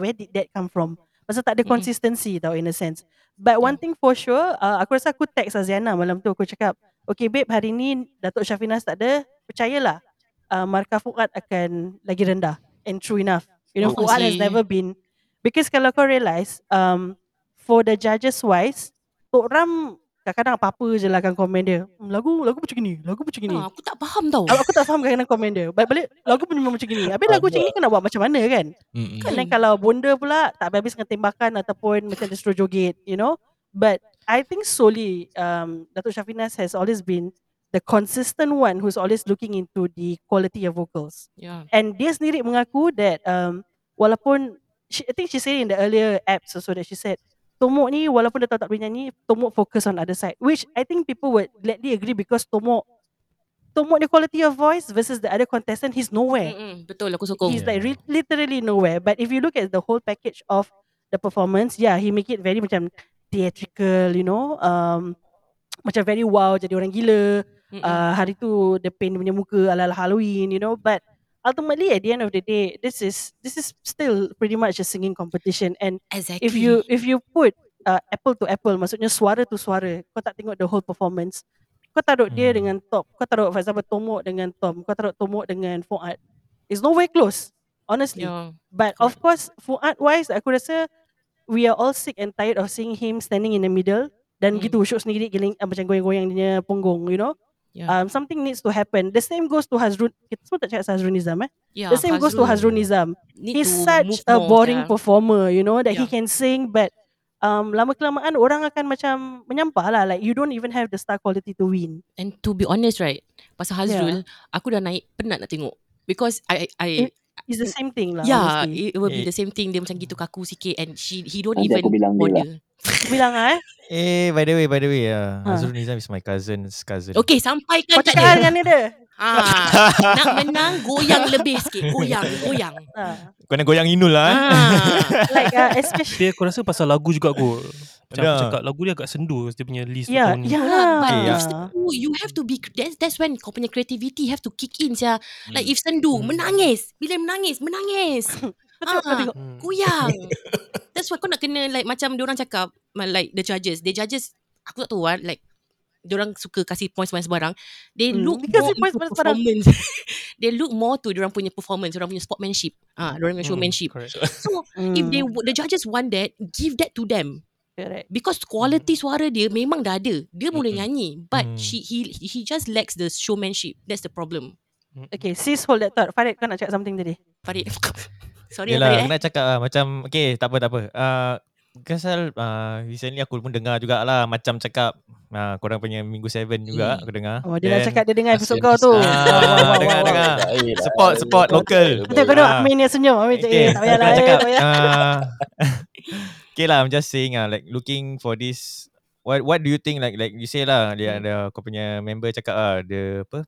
S1: where did that come from? Pasal tak ada
S2: Mm-mm.
S1: consistency tau in a sense. But one thing for sure, uh, aku rasa aku text Aziana malam tu aku cakap, okay babe hari ni Datuk Syafinas tak ada, percayalah uh, markah Fuad akan lagi rendah. And true enough, you know
S2: Oh,
S1: Fuad has
S2: Aziz.
S1: never been because kalau kau realise um, for the judges wise, Tok Ram kadang-kadang apa-apa je lah kan komen dia. "Hmm, Lagu lagu macam gini, lagu macam gini.
S2: Ah, aku tak faham tau.
S1: Aku, aku tak faham kadang-kadang komen dia. Balik-balik lagu pun memang macam gini. Habis lagu macam ni kena buat macam mana kan?
S4: Mm-mm.
S2: Hmm,
S1: And then kalau bonda pula tak habis dengan tembakan ataupun macam dia suruh joget, you know. But I think solely um, Datuk Syafinas has always been the consistent one who's always looking into the quality of vocals.
S2: Yeah.
S1: And dia sendiri mengaku that um, walaupun she, I think she said in the earlier apps also that she said Tomok ni walaupun dia tahu tak boleh nyanyi, Tomok focus on other side. Which I think people would gladly agree because Tomok Tomok the quality of voice versus the other contestant, he's nowhere.
S2: Mm-mm, Hmm, betul aku sokong.
S1: He's
S5: Yeah.
S1: like re- literally nowhere. But if you look at the whole package of the performance, yeah, he make it very macam theatrical, you know, um, macam very wow, jadi orang gila.
S2: Mm-mm.
S1: Uh, hari tu dia paint dia punya muka ala-ala Halloween, you know. But ultimately, at the end of the day, this is this is still pretty much a singing competition. And
S2: exactly.
S1: if you if you put uh, apple to apple maksudnya suara to suara kau tak tengok the whole performance kau taruh dia
S5: Hmm.
S1: dengan top kau taruh for example Tomok dengan Tom kau taruh Tomok dengan Fuad it's nowhere close honestly
S2: yeah.
S1: but of course Fuad wise aku rasa we are all sick and tired of seeing him standing in the middle dan
S2: Hmm.
S1: gitu Syuk sendiri giling, uh, macam goyang-goyang dia punya punggung you know
S2: Yeah.
S1: um, something needs to happen the same goes to Hazrul kita semua tak cakap Hazrul Nizam eh
S2: yeah,
S1: the same goes to Hazrul Nizam
S2: Need
S1: he's
S2: to
S1: such
S2: move
S1: a
S2: more,
S1: boring
S2: yeah.
S1: performer you know that he
S2: Yeah.
S1: can sing but um lama kelamaan orang akan macam menyampah lah like you don't even have the star quality to win
S2: And to be honest right Pasal Hazrul Aku dah naik penat nak tengok Because I I, I
S1: it's the same thing lah Mm.
S2: Yeah
S1: honestly.
S2: It will be
S5: Eh.
S2: the same thing Dia macam gitu kaku sikit And she he don't
S3: Nanti
S2: even
S3: aku bilang dia
S2: bother
S3: lah.
S1: Aku bilang ah
S2: (laughs)
S1: eh
S5: Eh, by the way, by the way, uh,
S1: Ha.
S5: Azrul Nizam is my cousin's cousin.
S2: Okay sampaikan
S1: kau
S2: kat
S1: cakap
S2: dia
S1: dengan dia dia
S2: ha,
S3: (laughs)
S2: Nak menang Goyang lebih sikit Goyang Goyang
S1: Ah.
S5: Kena goyang Inul lah.
S2: ha.
S1: like uh, especially
S6: Tapi aku rasa pasal lagu juga (laughs) kot. Macam aku
S5: Dah.
S6: cakap lagu dia agak sendu dia punya list tu
S1: yeah
S2: Ya,
S6: tahun ni.
S1: yeah,
S2: But
S5: Okay,
S2: if sendu Oh, You have to be That's, that's when Kau punya creativity Have to kick in sia. Like if sendu
S6: Hmm.
S2: Menangis Bila menangis
S1: (laughs)
S2: Menangis
S1: Kau tengok, kau
S2: Ah.
S1: tengok.
S6: Hmm.
S2: Goyang That's why kau nak kena Like macam diorang cakap Like the judges The judges Aku tak tahu lah Like Diorang suka kasih points sembarang They
S1: Hmm,
S2: look
S1: dia kasi
S2: more
S1: points
S2: into
S1: sembarang-sembarang.
S2: performance (laughs) They look more to Diorang punya performance Diorang punya sportmanship ah, Diorang punya showmanship
S6: Hmm, Correct.
S2: So
S1: Mm,
S2: if they The judges want that Give that to them
S1: correct.
S2: Because quality suara dia Memang dah ada Dia boleh
S4: Mm-mm.
S2: nyanyi But
S5: Hmm.
S2: she he he just lacks the showmanship That's the problem
S1: okay sis hold that thought Farid kau nak cakap something tadi
S2: Farid Sorry lah
S5: Yelah, aku
S2: Farid eh
S5: nak cakap lah, macam, okay, tak apa, tak apa. Uh, Kasal uh, recently aku pun dengar jugalah macam cakap uh, korang punya minggu 7
S4: Hmm.
S5: juga aku dendengar.
S1: oh dia nak
S5: Then-
S1: cakap dia dengar episod
S4: Kasihan
S1: kau (laughs) tu
S4: sis.
S5: Ah,
S1: Wah, wah, wah,
S5: dengar,
S1: wah.
S5: dengar.
S4: Baik lah.
S5: Support, support lokal.
S1: Betul kau tengok
S5: Ah.
S1: Amin dia senyum Amin cakap eh, tak payah lah
S5: nak
S1: eh,
S5: cakap,
S1: tak payah
S5: ah, (laughs) okay lah, I'm just saying ah, like looking for this. What what do you think like like you say lah
S2: Hmm.
S5: dia ada kau punya member cakap ah dia apa?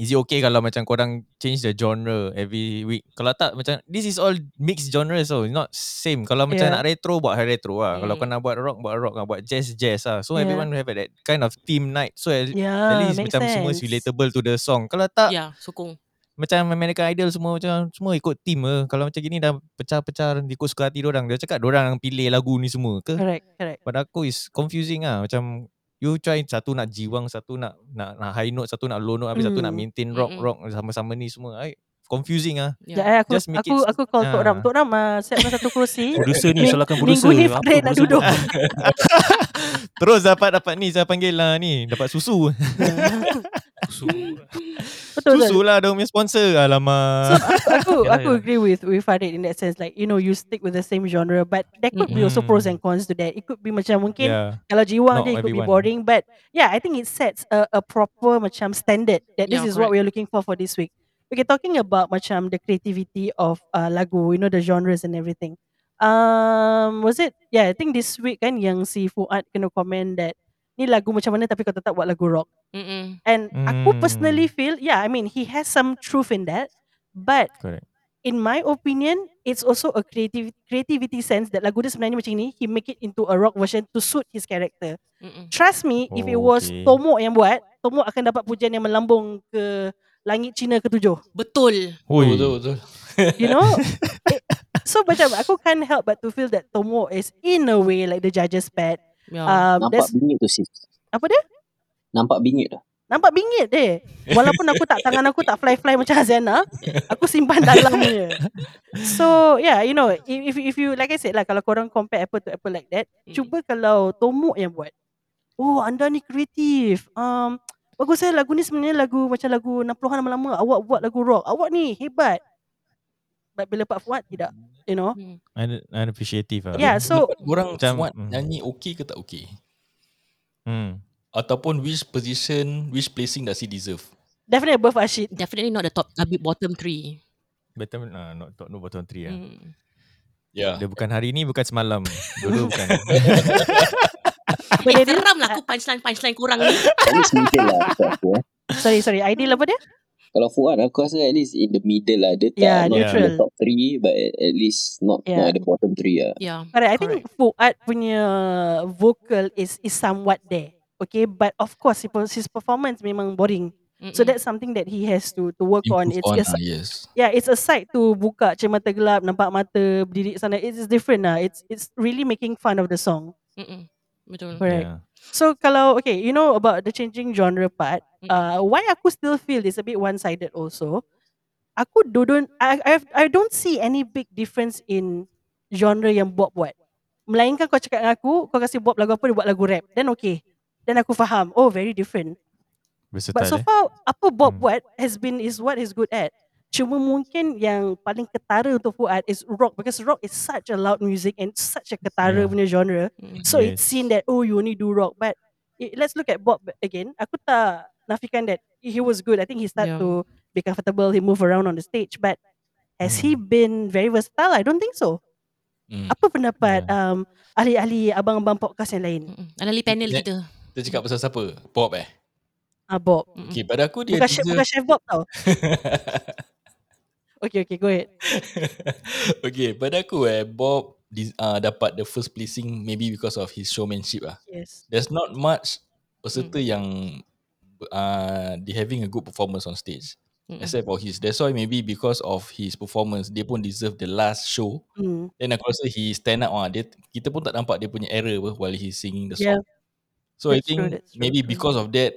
S5: Is it okay kalau macam korang change the genre every week? Kalau tak macam this is all mixed genre so it's not same. Kalau macam
S1: Yeah.
S5: nak retro buat retro lah. Kalau kau
S2: Hmm.
S5: nak buat rock buat rock lah. Buat jazz jazz lah. So
S1: Yeah.
S5: everyone have that kind of theme night. So at, at
S1: yeah Ya,
S5: least
S1: make
S5: macam
S1: sense
S5: semua is relatable to the song. Kalau tak
S2: Yeah Ya, sokong
S5: macam American Idol semua macam semua ikut team ke. Kalau macam gini dah pecah-pecah ikut suka hati orang. Dia cakap orang yang pilih lagu ni semua ke?
S1: correct correct
S5: Pada aku is confusing ah macam you try satu nak jiwang, satu nak nak, nak high note, satu nak low note, habis satu nak
S1: Mm.
S5: maintain rock
S2: Mm-mm.
S5: rock sama-sama ni semua. Ay, confusing ah.
S1: Sekejap
S2: Yeah
S1: eh, aku,
S5: Just make
S1: aku,
S5: it-
S1: aku call Tok Ram.
S5: Ah.
S1: Tok Ram uh, siapkan satu kerusi.
S6: Producer ni
S1: Ming-
S6: salahkan
S1: Minggu
S6: producer.
S1: ni
S6: Apa
S1: Farid nak
S6: producer
S5: (laughs)
S1: duduk.
S6: buat?
S5: Terus dapat dapat ni saya panggil lah ni, dapat susu.
S6: Susu.
S1: betul
S5: susu
S1: betul.
S5: lah dia punya sponsor.
S1: So
S5: Alamak.
S1: aku aku, (laughs)
S6: Yalah,
S1: aku
S6: yalah.
S1: agree with with Farid in that sense like you know you stick with the same genre but there could be also
S5: Mm-mm.
S1: pros and cons to that. It could be macam mungkin
S5: yeah.
S1: kalau jiwang
S5: Not
S1: dia it could be
S5: everyone.
S1: boring but yeah I think it sets a, a proper macam standard that this
S2: Yeah,
S1: is what we're looking for for this week. Okay talking about macam the creativity of uh, lagu you know the genres and everything. Um was it yeah I think this week kan yang si Fuad kena comment that ni lagu macam mana tapi kau tetap buat lagu rock.
S2: (laughs) Mm-mm.
S1: And aku personally
S5: Mm.
S1: feel, yeah, I mean, he has some truth in that. But
S5: Correct.
S1: in my opinion, it's also a creative creativity sense that lagu dia sebenarnya macam ni, he make it into a rock version to suit his character.
S2: Mm-mm.
S1: Trust me, if it was
S5: Okay.
S1: Tomok yang buat, Tomok akan dapat pujian yang melambung ke langit Cina ketujuh.
S2: Betul.
S4: Betul,
S5: Hui.
S4: betul, betul.
S1: You know? It- so macam aku can't help but to feel that Tomok is in a way like the judge's pet.
S2: Yeah.
S1: Um,
S3: Ah, Nampak
S1: that's,
S3: bingit tu sis.
S1: apa dia?
S3: Nampak bingit dah.
S1: Nampak bingit dia. Walaupun aku tak tangan aku tak fly-fly macam Haziana, aku simpan dalam je. So, yeah, you know, if if if you like I said lah kalau korang compare apple to apple like that,
S2: Mm.
S1: cuba kalau Tomok yang buat. Oh, anda ni kreatif. Um bagus saya lagu ni sebenarnya lagu macam lagu 60-an lama-lama. Awak buat lagu rock. Awak ni hebat. But bila Pak Fuad tidak, you know.
S5: Un- unappreciative lah.
S1: Yeah,
S4: (laughs)
S1: so
S4: Orang
S5: Macam-
S4: Fuad
S5: Hmm.
S4: nyanyi okey ke tak okey?
S5: Hmm.
S4: Ataupun which position, which placing does he deserve?
S1: definitely above
S4: (laughs)
S1: Ashid.
S2: Definitely not the top uh, big bottom three.
S5: Better uh, not talk no bottom three lah.
S1: (laughs)
S2: Mm.
S4: Yeah.
S5: Dia bukan hari ni, bukan semalam. Dulu bukan.
S2: Eh, seram lah aku punchline punchline kurang
S1: (laughs)
S2: ni.
S3: At least middle lah aku rasa, eh.
S1: Sorry, sorry. Ideal apa dia?
S3: Kalau Fuad aku rasa at least in the middle lah.
S2: Ya,
S3: Dia tak
S1: Yeah,
S3: not
S5: neutral.
S3: in the top 3 but at, at least not
S1: Yeah.
S3: not at the bottom 3 lah.
S2: Yeah.
S1: Correct. I think Fuad punya vocal is is somewhat there. Okay, but of course his per- his performance memang boring.
S2: Mm-mm.
S1: So that's something that he has to to work on. It's
S4: Improve on,
S1: it's
S4: ah, yes.
S1: yeah, it's a sight to buka cermin mata gelap, nampak mata berdiri sana. It is different lah. It's it's really making fun of the song.
S2: Mm-mm. Betul.
S1: Correct.
S5: yeah.
S1: So kalau okay, you know about the changing genre part,
S2: Mm.
S1: uh, why aku still feel it's a bit one-sided also. Aku don't I I, I don't see any big difference in genre yang Bob buat. Melainkan kau cakap dengan aku, kau kasi Bob lagu apa dia buat lagu rap, then okay. Then aku faham. Oh, very different. But
S5: Versatile
S1: so
S5: eh.
S1: far apa Bob
S5: Mm.
S1: buat has been is what he's good at. Cuma mungkin yang paling ketara untuk Fuad is rock because rock is such a loud music and such a ketara
S5: Yeah.
S1: punya genre.
S2: Mm.
S1: So it's
S5: Hmm. Yes.
S1: seen that oh you only do rock, but it, let's look at Bob again. Aku tak nafikan that he was good. I think he started
S2: Yeah.
S1: to be comfortable. He move around on the stage, but has
S5: Hmm.
S1: he been very versatile? I don't think so.
S4: Hmm.
S1: Apa pendapat um, ahli-ahli abang-abang podcast yang lain?
S2: Mm-mm. Alali panel
S4: Yeah.
S2: kita.
S4: Kita cakap pasal siapa? Bob eh?
S1: Ah Bob,
S2: Mm-mm.
S4: Okay, pada aku dia
S1: bukan chef,
S4: deserve- (laughs)
S1: bukan chef Bob
S5: (laughs)
S1: tau. Okay, okay, go ahead.
S4: okay, pada aku eh, Bob dis- uh, dapat the first placing maybe because of his showmanship lah.
S1: Yes.
S4: There's not much
S1: Hmm.
S4: peserta mm. yang uh, they having a good performance on stage.
S1: Hmm.
S2: Mm-mm.
S4: Mm. Except for his. That's why maybe because of his performance, dia pun deserve the last show.
S1: Hmm.
S4: Then aku rasa he stand out ah. Dia, kita pun tak nampak dia punya error apa while he singing the
S1: Yeah.
S4: song. So I
S1: That's
S4: think
S1: true, that's true.
S4: maybe because of that,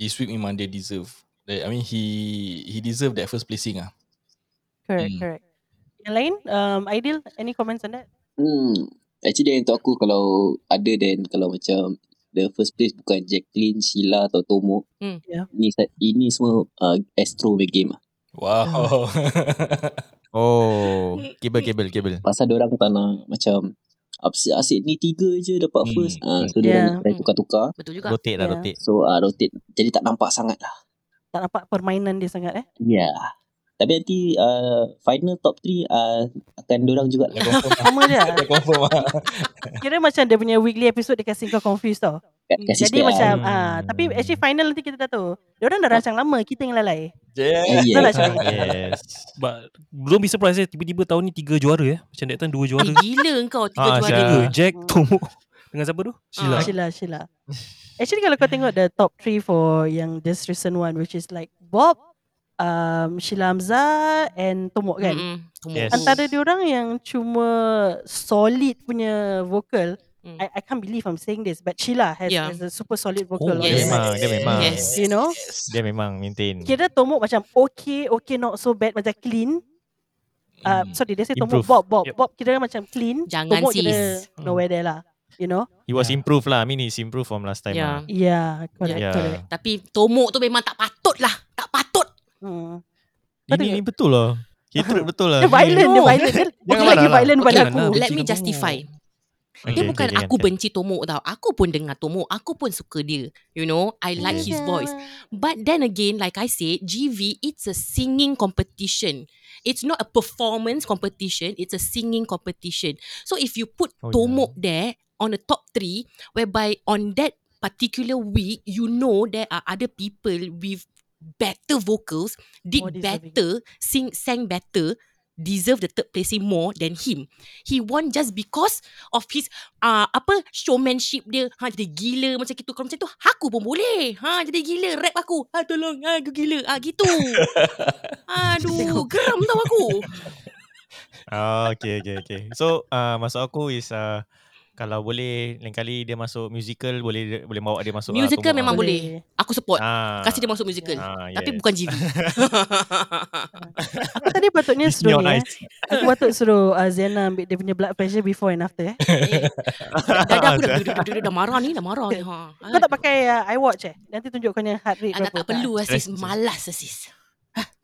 S4: this week memang dia deserve. Like, I mean he he deserve that first placing ah.
S1: Correct,
S4: Hmm.
S1: correct. Yang lain, um, Aidil, any comments on that?
S3: Hmm. Actually untuk aku kalau other than kalau macam the first place bukan Jacqueline, Sheila atau Tomo.
S2: Hmm.
S1: Yeah.
S3: Ini ini semua uh, Astro punya game lah.
S4: Wow.
S1: Uh-huh.
S4: (laughs)
S5: Oh, kabel kabel kabel.
S3: Pasal diorang tak nak macam asyik-asyik ni tiga je dapat
S4: Hmm.
S3: first. Ah, so
S1: Hmm. Yeah.
S3: diorang try tukar-tukar.
S2: Betul juga.
S5: Rotate lah
S1: Yeah.
S5: rotate.
S3: So uh, rotate jadi tak nampak sangat lah.
S1: Tak nampak permainan dia sangat eh.
S3: Ya. Yeah. Tapi nanti uh, final top 3 uh, akan diorang juga lah.
S4: Dah confirm ah.
S1: Sama je lah.
S4: Dah confirm ah.
S1: Kira macam dia punya weekly episode dia kasi kau confused tau.
S3: Kat- Kasi
S1: Jadi
S3: sikit lah.
S1: (laughs) macam
S5: Hmm.
S1: ah tapi actually final nanti kita dah tahu. Dia orang dah rancang lama, kita yang lalai.
S4: Yeah.
S3: Ah,
S1: Betul
S3: yeah.
S1: lah Syarif?
S5: Yes.
S6: But Belum be surprised eh Tiba-tiba tahun ni Tiga juara eh Macam that time dua
S2: Eh,
S6: juara
S2: gila kau tiga juara.
S5: Ah,
S2: Hmm.
S5: sia.
S6: Tiga Jack Tomo (laughs) Dengan siapa tu Sheila
S2: Ah.
S1: Sheila, Sheila. Actually kalau kau tengok the top 3 for yang this recent one which is like Bob, um, Sheila Hamzah and Tomok kan.
S2: Mm-mm. Tomok.
S5: Yes.
S1: Antara dia orang yang cuma solid punya vocal,
S2: Mm.
S1: I, I can't believe I'm saying this but Sheila has,
S2: Yeah.
S1: has a super solid
S5: Oh,
S1: vocal. on
S5: dia
S1: the
S2: Yes.
S5: memang
S1: mic.
S5: dia memang
S2: Yes.
S1: You know?
S5: dia memang maintain.
S1: Kira Tomok macam okay, okay not so bad macam clean. uh,
S4: Mm.
S1: sorry dia say
S5: Hmm. Improve.
S1: Tomok Bob Bob
S6: Yep.
S1: Bob kira macam clean
S2: Jangan,
S1: Tomok kira
S2: sis.
S1: nowhere there lah you know
S5: He was
S6: Yeah.
S5: improved lah. I mean he's improved from last time.
S2: Yeah.
S5: lah.
S1: yeah correct yeah. correct
S5: Yeah.
S2: Ya. Tapi Tomok tu memang tak patut lah. Tak patut.
S1: hmm. Kau tengok.
S5: Ini ni betul lah.
S1: (laughs)
S5: Hatred betul lah.
S1: dia
S5: Ini-
S1: violent dia
S2: No.
S1: violent dia, dia
S5: (laughs) Jangan
S1: lagi
S5: marah lah.
S1: violent pada
S6: Jangan
S1: aku
S6: lah.
S2: Let
S6: benci
S2: me
S6: Tomok.
S2: justify.
S5: Okay,
S2: Dia
S5: okay,
S2: bukan
S5: okay,
S2: aku
S5: okay.
S2: benci Tomok tau. Aku pun dengar Tomok. Aku pun suka dia. You know, I like his voice. But then again, like I said, GV, it's a singing competition. It's not a performance competition. It's a singing competition. So if you put
S5: Oh, yeah.
S2: Tomok there on the top three, whereby on that particular week, you know there are other people with better vocals, did
S1: More deserving.
S2: better, sing sang better, deserve the third placing more than him. He won just because of his uh, apa showmanship dia ha jadi gila macam gitu kalau macam tu aku pun boleh ha jadi gila rap aku ha tolong ha aku gila ah gitu aduh geram tau aku
S5: Ah, okay, okay, okay. So, uh, maksud aku ah, is uh, kalau boleh lain kali dia masuk musical boleh boleh bawa dia masuk
S2: Musical
S5: lah,
S2: memang
S5: promote
S2: boleh. Aku support.
S5: ah.
S2: Kasih dia masuk musical.
S5: ah, yes.
S2: Tapi bukan GV.
S1: Aku tadi patutnya
S5: It's
S1: suruh
S5: your
S1: ni. eh.
S5: eyes.
S1: Aku patut suruh uh, Zena ambil dia punya blood pressure before and after. Eh.
S2: Dada aku dah, dah, dah, dah, dah marah ni, dah marah ni. Ha.
S1: Kau tak pakai uh, iWatch eh? Nanti tunjuk kau punya heart rate
S2: Ah, tak,
S1: berapa.
S2: tak perlu lah sis
S5: Stress.
S2: Malas lah sis
S5: Dah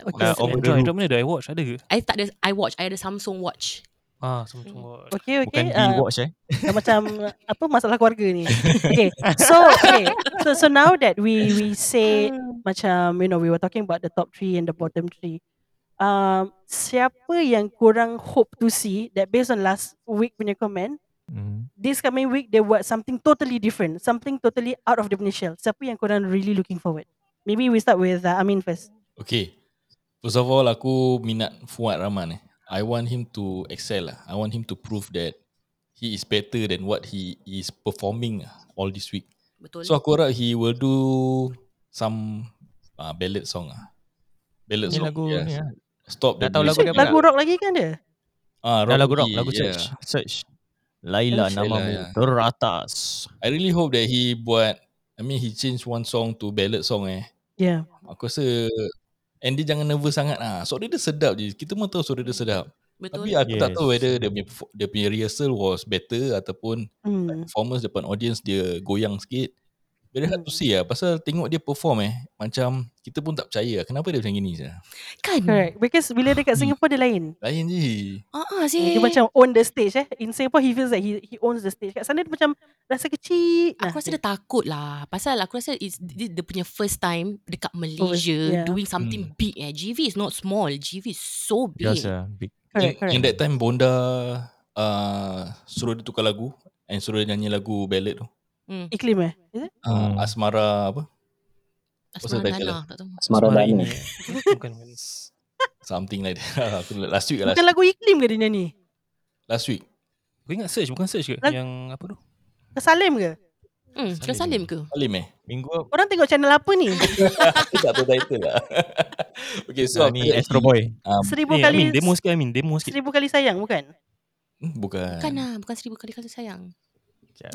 S1: Okay,
S5: on the
S6: Android,
S5: roof.
S6: Android mana ada iWatch? Ada ke?
S2: I tak ada iWatch I ada Samsung Watch
S6: Ah, Samsung
S2: Hmm.
S6: Watch.
S2: Oh,
S1: okay.
S5: Bukan
S1: okay.
S5: okay,
S1: Uh,
S5: watch eh.
S1: dah macam uh, apa masalah keluarga ni. Okay. So, okay. So, so now that we we say macam you know we were talking about the top three and the bottom three. Um, siapa yang kurang hope to see that based on last week punya comment,
S5: Mm.
S1: this coming week they buat something totally different, something totally out of the punya shell. Siapa yang korang really looking forward? Maybe we start with uh, Amin first.
S4: Okay. First of all, aku minat Fuad Rahman. Eh. I want him to excel. Lah. I want him to prove that he is better than what he is performing ah, all this week.
S2: Betul
S4: So aku harap he will do some uh, ballad song ah. Ballad
S5: Ni
S4: song.
S5: lagu
S4: yes.
S5: ni lah.
S4: Stop the
S5: Dah tahu lagu
S4: music.
S5: dia apa
S1: Lagu rock lagi kan dia?
S4: Ah,
S5: Dah lagu rock,
S4: E,
S5: lagu
S4: yeah.
S5: search. Search. Laila
S1: Laila,
S5: namamu
S4: ya.
S5: teratas.
S4: I really hope that he buat I mean he change one song to ballad song eh.
S1: Yeah.
S4: Aku rasa and dia jangan nervous sangat ah. Suara dia sedap je. Kita semua tahu suara dia sedap.
S2: Betul
S4: Tapi uh, aku yes. tak
S5: Yes.
S4: tahu whether dia punya, perfo- dia punya rehearsal was better ataupun
S1: Hmm.
S4: performance depan audience dia goyang sikit. Very hard to
S1: Hmm.
S4: see lah. Pasal tengok dia perform eh. Macam kita pun tak percaya ah. kenapa dia macam gini je.
S2: Kan
S1: Correct. Because bila dia kat
S4: Hmm.
S1: Singapore dia lain.
S4: Lain je.
S2: Ah, ah, sis
S1: Dia macam own the stage eh. In Singapore he feels like he he owns the stage. Kat sana dia macam rasa kecil.
S2: Aku rasa dia takut lah Pasal aku rasa it's, dia, dia punya first time Dekat Malaysia
S1: Oh, yeah.
S2: Doing
S4: Hmm.
S2: something big eh GV is not small GV is so big
S4: uh,
S5: Biasa. Big.
S1: Correct,
S4: In, in
S1: correct.
S4: that time Bonda uh, suruh dia tukar lagu and suruh dia nyanyi lagu ballad tu.
S2: hmm.
S1: Iklim eh. Is it?
S4: Uh,
S5: Hmm.
S4: Asmara apa? Pasal
S2: Asmara
S4: title
S2: Nana tak tahu
S3: Asmara
S6: Asmara
S3: Dana.
S6: ini. (laughs) Bukan.
S4: Something like that. (laughs) Aku last week lah, last,
S1: Bukan lah. lagu iklim ke dia nyanyi?
S4: last week.
S6: Kau ingat search bukan search ke?
S1: Lag-
S6: Yang apa tu?
S1: Kesalim ke?
S2: hmm, Kena
S5: Salim.
S2: salim ke?
S4: Alim eh? (laughs)
S5: Minggu apa?
S1: Orang tengok channel apa ni?
S4: Aku tak tahu title lah. (laughs) okay, so
S5: Ah,
S4: aku
S5: ni Astro Boy.
S4: Um,
S1: Seribu
S6: Ni, Eh, I mean,
S1: kali
S6: demo sikit, I mean, demo sikit.
S1: seribu kali sayang bukan?
S4: Hmm, bukan.
S2: Bukan lah Bukan seribu kali kali sayang
S5: Sekejap,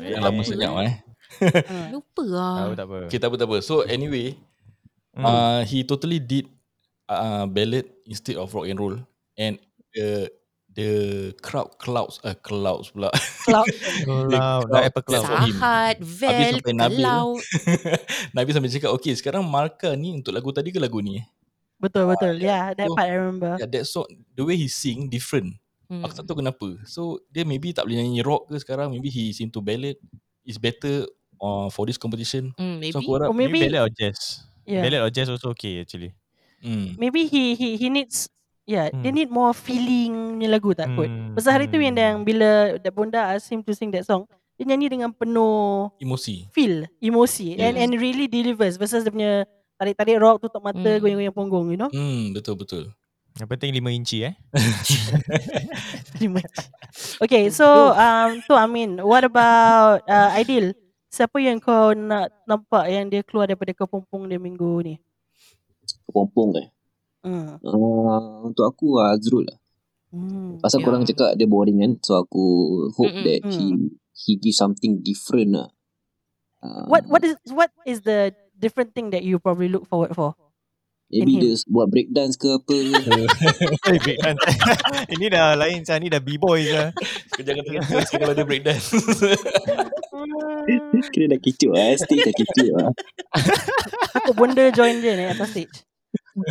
S2: Yang
S5: eh.
S4: Yang lama senyap eh.
S1: Ha.
S2: Lupa lah
S4: Ah,
S5: Tahu tak apa.
S4: Okay, tak apa, tak apa. So anyway,
S5: Hmm.
S4: uh, he totally did uh, ballad instead of rock and roll. And the the crowd clouds, uh, clouds pula.
S1: Cloud.
S5: Cloud,
S4: Cloud.
S5: like Apple Cloud.
S4: Sa-
S2: Sahat Vel
S4: sampai Nabil.
S2: Kalau
S4: (laughs) Nabi sampai cakap, okay, sekarang markah ni untuk lagu tadi ke lagu ni?
S1: Betul betul. Yeah, that
S4: So-
S1: part I remember.
S4: Yeah, that song, the way he sing different.
S2: Hmm.
S4: Aku tak tahu kenapa. So dia maybe tak boleh nyanyi rock ke sekarang. Maybe he is into ballad. It's better uh, for this competition.
S2: Hmm, Maybe
S4: So aku harap.
S1: Or
S5: Maybe
S1: maybe
S5: ballad or jazz.
S1: yeah.
S5: Ballad or jazz also okay actually.
S1: Ya.
S4: Hmm.
S1: Maybe he he he needs yeah, hmm. they
S5: Hmm.
S1: need more feeling punya lagu tak kot.
S5: Hmm,
S1: Pasal hari tu yang
S5: hmm.
S1: yang bila that Bonda ask him to sing that song, dia nyanyi dengan penuh
S4: Emosi.
S1: feel, emosi and
S4: Yes.
S1: and really delivers versus dia punya tarik-tarik rock tutup mata,
S2: Hmm.
S1: goyang-goyang punggung, you know.
S4: Hmm, betul betul.
S5: Yang penting 5 inci (laughs) eh.
S1: Terima kasih. okay, so um tu Amin, what about uh, Aidil? Siapa yang kau nak nampak yang dia keluar daripada kepompong dia minggu ni?
S3: Kepompong eh.
S1: Hmm.
S3: Uh, untuk aku uh, Azrul lah.
S1: Hmm.
S2: Ya.
S3: Pasal yeah. korang cakap dia boring kan. So aku hope
S2: Mm-mm.
S3: that he
S1: Mm.
S3: he give something different lah. Uh,
S1: What what is what is the different thing that you probably look forward for?
S3: Maybe
S1: in
S3: dia buat breakdance ke apa
S1: (laughs)
S3: ke.
S5: Eh, big kan. (laughs) Ini dah lain sah, ni dah b-boy sah.
S4: Kau jangan tengok terus kalau dia break dance.
S3: Kira dah kecoh lah. Stage dah kecoh lah.
S1: Aku bonda join je ni atas stage.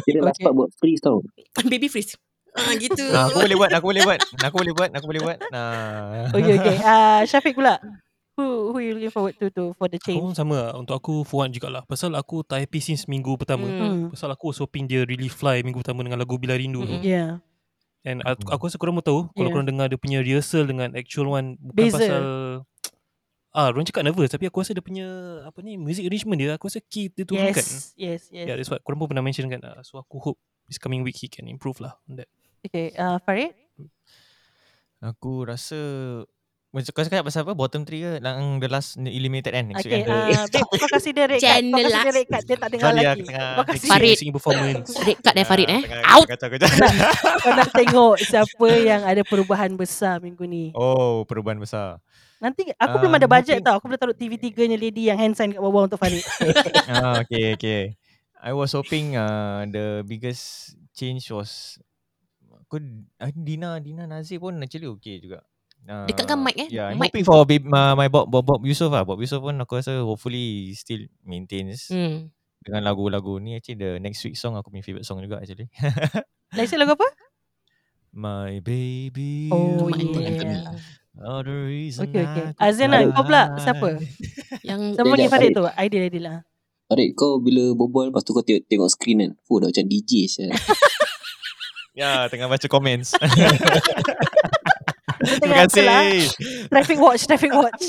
S3: Kira
S1: (laughs)
S3: last
S1: Okay.
S3: part buat free tau.
S2: (laughs) Baby freeze Ah, gitu.
S5: Nah, aku boleh buat, aku boleh buat. Aku boleh buat, aku boleh buat. Nah.
S1: Okay, okay. Uh, Syafiq pula. Who who you looking forward to to for the
S6: Aku
S1: change?
S6: pun sama lah. Untuk aku Fuad jugalah. Pasal aku tak happy since minggu pertama.
S2: Hmm.
S1: Hmm.
S6: Pasal aku was hoping dia really fly minggu pertama dengan lagu Bila Rindu tu.
S2: Mm-mm.
S1: Yeah.
S6: And aku, aku rasa korang mau tahu kalau
S1: Mm-hmm. Yeah.
S6: korang dengar dia punya rehearsal dengan actual one bukan
S1: Beza.
S6: pasal ah orang cakap nervous tapi aku rasa dia punya apa ni music arrangement dia aku rasa key dia turunkan.
S1: Yes, yes, yes.
S6: kan? Yeah, that's what korang pun pernah mention kan. Ah, so aku hope this coming week he can improve lah on that.
S1: Okay, uh, Farid.
S5: Aku rasa macam kau cakap pasal apa bottom 3 ke yang the last eliminated kan next
S1: Okay,
S5: week kan?
S1: uh, babe, kau kasi dia red card. Kau kasi dia
S2: Channel
S1: red card. Dia tak dengar
S5: Sorry,
S1: lagi.
S5: aku tengah-
S1: Kau kasi (laughs)
S2: Farid.
S6: Singing performance.
S2: Red card eh Farid eh
S5: Tengah-
S2: Out
S5: kacau, kacau. (laughs)
S1: kau nak tengok siapa yang ada perubahan besar minggu ni.
S5: Oh perubahan besar
S1: Nanti aku
S5: Ah,
S1: belum ada bajet
S5: mungkin-
S1: tau. Aku boleh taruh TV3-nya lady yang hand sign kat bawah untuk Farid.
S5: ah, okay, okay. I was hoping uh, the biggest change was aku I- Dina Dina Nazir pun actually okay juga. Uh,
S2: Dekatkan mic, eh.
S5: Yeah, I'm
S2: Mic.
S5: hoping for babe, uh, my Bob, Bob Bob Yusof lah. Bob Yusof pun aku rasa hopefully still maintains mm.
S2: Hmm.
S5: dengan lagu-lagu ni actually the next week song aku punya favorite song juga actually.
S1: Lain sekali lagu apa?
S5: my baby.
S1: Oh,
S5: you
S2: Anthony,
S5: are
S2: Anthony.
S5: All the reason
S1: Okay, okay.
S5: I could
S1: Azlan lah, kau pula,
S5: fly.
S1: siapa?
S2: Yang
S1: Sama
S3: Dia
S1: dengan
S3: dah
S1: Farid tu. Ideal, ideal lah.
S3: Farid kau bila berbual lepas tu kau tengok, tengok screen kan. Oh dah macam DJ saya. (laughs)
S5: Ya, tengah baca
S1: (laughs)
S5: comments.
S1: tengah
S5: Terima
S1: aku lah.
S5: kasih.
S1: Traffic watch, traffic
S5: (laughs)
S1: watch.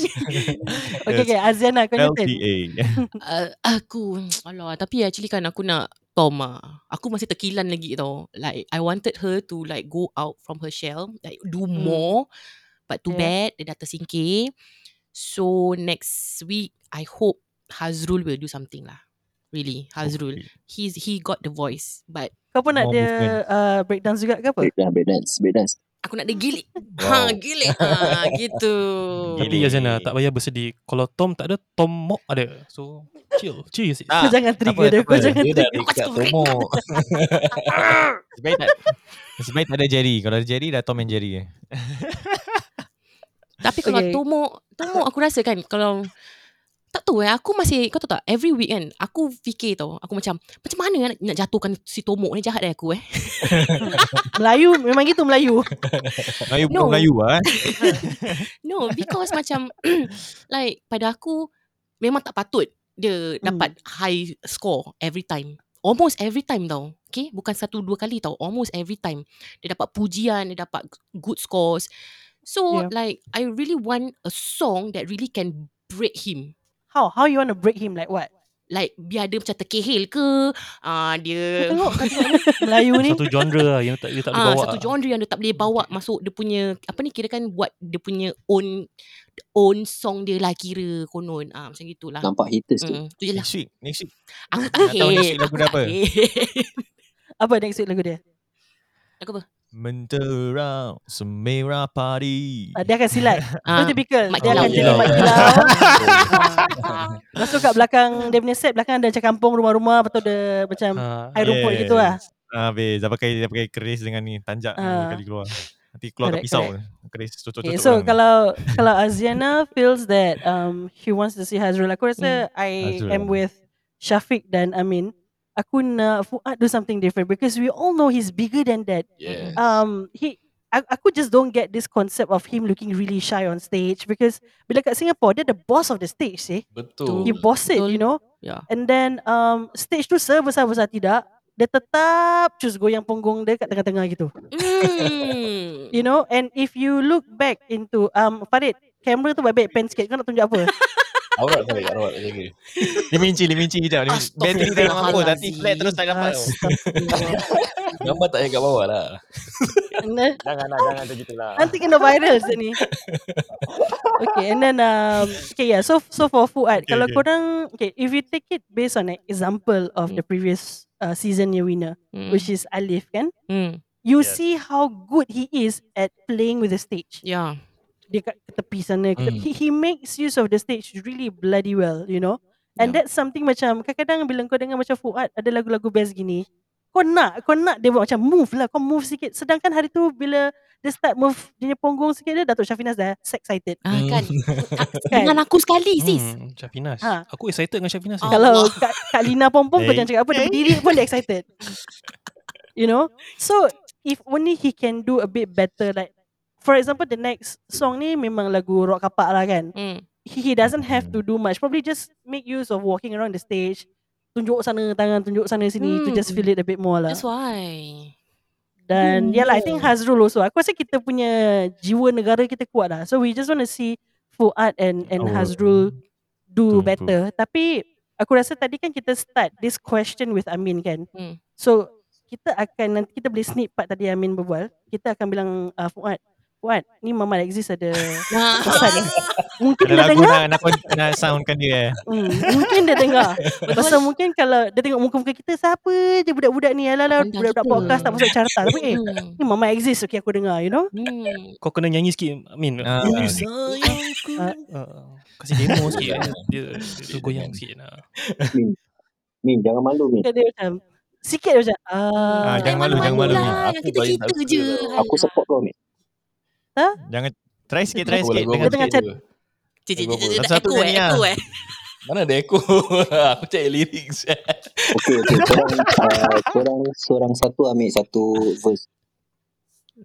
S1: okay, okay.
S5: Yes.
S1: Aziana, kau kan? Newton.
S5: LTA.
S2: uh, aku alah tapi actually kan aku nak Tom ah. Aku masih terkilan lagi tau. Like I wanted her to like go out from her shell, like do
S1: Hmm.
S2: more. But too
S1: Yeah.
S2: bad dia dah tersingkir. So next week I hope Hazrul will do something lah. Really, Hazrul.
S5: Okay.
S2: He's he got the voice, but
S1: Kau pun nak
S5: More
S1: dia
S5: movement.
S1: uh, breakdown juga ke apa?
S3: breakdance, breakdance, breakdance.
S2: aku nak dia gilik.
S5: Wow.
S2: Ha, (laughs) gilik. Ha, gitu.
S6: Tapi
S5: Gini.
S6: Yazana tak payah bersedih. Kalau Tom tak ada, Tom Mok ada. So chill, chill sis.
S1: Kau
S5: Ah,
S1: jangan
S5: tak apa,
S1: trigger dia.
S5: tak
S1: Kau
S5: apa.
S1: jangan
S4: Dia dah
S1: trigger.
S4: dekat promo.
S5: (laughs) Sebaik tak Sebaik tak ada Jerry Kalau ada Jerry Dah Tom and Jerry eh. je.
S2: Tapi kalau
S1: Okay.
S2: okay. Tomo Tomo aku rasa kan Kalau Tak tahu eh Aku masih Kau tahu tak Every week kan Aku fikir tau Aku macam Macam mana nak, nak jatuhkan Si Tomo ni Jahat eh aku eh
S1: Melayu, memang gitu Melayu.
S5: Melayu bukan
S2: No.
S5: Melayu lah eh.
S2: No because
S1: (laughs)
S2: macam (clears throat) Like pada aku Memang tak patut Dia
S1: Hmm.
S2: dapat High score Every time Almost every time tau Okay Bukan satu dua kali tau Almost every time Dia dapat pujian Dia dapat good scores So
S1: Yeah.
S2: like I really want A song That really can Break him
S1: How how you want to break him like what?
S2: Like biar dia macam terkehil ke uh, Dia
S1: Kau tengok, kau tengok ni, Melayu ni.
S6: Satu genre lah yang tak, dia tak boleh
S2: Ah,
S6: bawa.
S2: satu genre yang dia tak boleh bawa masuk dia punya apa ni kira kan buat dia punya own own song dia lah kira konon ah macam gitulah.
S3: (laughs) Nampak haters tu.
S1: Mm.
S2: Hmm, tu je lah. Ah, eh.
S5: Next week Next week
S2: Aku
S5: tahu
S2: tak hate.
S5: next lagu
S2: Aku
S5: dia
S2: tak
S5: apa.
S2: hate.
S1: Apa next week lagu dia?
S5: Menterang Semerah padi
S1: Ah, Dia akan silat.
S2: (laughs) Ah,
S1: So typical.
S2: mak
S1: Dia akan
S2: kilau.
S1: jadi
S6: Kilau.
S1: mak kilau. Ah. Lepas tu kat belakang dia punya set, belakang ada macam kampung rumah-rumah. Lepas tu ada macam
S6: Ah,
S1: air rumput
S5: Yes.
S1: gitu lah.
S5: Habis Dah pakai Dah pakai keris dengan ni Tanjak
S1: Ah.
S5: uh. Kali keluar Nanti keluar
S1: Correct,
S5: kat pisau Keris kan. cocok-cocok
S1: Okay, so
S5: orang.
S1: kalau kalau Aziana feels that um he wants to see Hazrul, aku rasa I
S5: Hazrul.
S1: am with Syafiq dan Amin. Aku nak Fuad do something different because we all know he's bigger than that.
S4: (laughs) Yeah.
S1: Um, he a- aku just don't get this concept of him looking really shy on stage because bila kat Singapore dia the boss of the stage, see?
S4: Betul.
S1: He boss it, you know.
S2: Yeah.
S1: And then um stage tu sebesar-besar tidak, dia tetap cus goyang punggung dia kat tengah-tengah gitu.
S2: Mm.
S5: (laughs)
S1: You know, and if you look back into um Farid, kamera tu baik-baik pan sikit kau nak tunjuk
S5: (laughs)
S1: apa?
S4: Aurat saya, aurat saya.
S5: Lima inci Lima inci sekejap
S1: Ah,
S5: lima inci. Bateri tak nak mampu
S1: lah.
S5: Nanti
S2: Astaghfirullahalazim.
S5: flat terus tak dapat tau.
S1: Astagfirullah.
S4: Gambar tak payah kat bawah lah.
S1: And then,
S5: Jangan lah Jangan macam gitulah
S1: Nanti kena viral sini.
S5: (laughs)
S1: okay, and then um, okay yeah. So so for Fuad,
S5: Okay,
S1: kalau
S5: okay.
S1: korang okay, if you take it based on an example of
S5: Hmm.
S1: the previous uh, season year winner,
S2: Mm.
S1: which is Alif, kan?
S2: mm.
S1: You
S5: Yes.
S1: see how good he is at playing with the stage.
S2: Yeah.
S1: dia kat kat tepi sana ke tepi. he, he makes use of the stage really bloody well you know and that's something macam kadang-kadang bila kau dengar macam Fuad ada lagu-lagu best gini kau nak kau nak dia buat macam move lah kau move sikit sedangkan hari tu bila dia start move dia punya punggung sikit dia Datuk Syafinas dah excited
S2: Ah,
S5: Hmm.
S2: kan.
S5: (laughs)
S1: kan
S2: Dengan aku sekali sis.
S6: Hmm, Syafinas.
S1: Ha. Oh.
S6: Aku excited dengan Syafinas. ni.
S2: Ah.
S1: kalau
S2: Allah.
S1: Kak, Kak Lina Pompom kau
S5: Eh.
S1: jangan cakap apa dia berdiri pun dia excited you know so if only he can do a bit better like for example the next song ni memang lagu rock kapak lah kan
S2: Mm.
S1: he, he doesn't have to do much. Probably just make use of walking around the stage, tunjuk sana tangan, tunjuk sana sini to just feel it a bit more lah.
S2: That's why.
S1: Dan yeah lah, I think Hazrul also. Aku rasa kita punya jiwa negara kita kuat lah. So we just want to see Fuad and and
S5: Our-
S1: Hazrul do
S5: to
S1: better. Tapi aku rasa tadi kan kita start this question with Amin kan.
S2: Hmm.
S1: So kita akan nanti kita boleh snip part tadi Amin (laughs) berbual. Kita akan bilang uh, Fuad, Fuad, ni Mama Alexis ada
S2: Nah.
S1: pesan. Mungkin
S5: Ada
S1: dia
S5: lagu
S1: dengar
S5: nak, nak, kon- nak soundkan dia eh.
S1: hmm, Mungkin dia dengar Pasal mungkin kalau Dia tengok muka-muka kita Siapa je budak-budak ni Alah-alah
S2: Benda
S1: Budak-budak
S2: kita.
S1: podcast tak masuk carta Tapi
S2: (laughs)
S1: eh
S2: Hmm.
S1: ni Mama exist Okay aku dengar you know
S2: Hmm.
S6: Kau kena nyanyi sikit Min
S5: Ah.
S6: uh, You sayangku
S1: Ah.
S6: uh, Kasih (laughs) demo sikit kan. Dia, dia tu goyang sikit lah.
S3: Min, jangan malu Min.
S1: Dia macam Sikit dia macam ah,
S5: Ah, jangan malu, jangan malu.
S2: lah.
S4: Aku
S2: Kita
S4: baik
S2: cerita
S4: sangka
S2: je.
S4: lah.
S3: Aku support kau Min.
S5: Jangan Try sikit, try
S4: Aku
S5: sikit.
S4: lagu
S5: Dengar
S4: apa
S1: tengah
S5: sikit.
S4: sikit dulu.
S2: Cik, cik, cik, cik, Aku eh,
S5: Satu-satu nyanyi lah.
S2: aku eh.
S4: Mana ada echo (laughs) Aku cek lyrics
S3: Okay,
S1: (laughs)
S3: okay. Korang, uh, korang seorang satu ambil satu verse.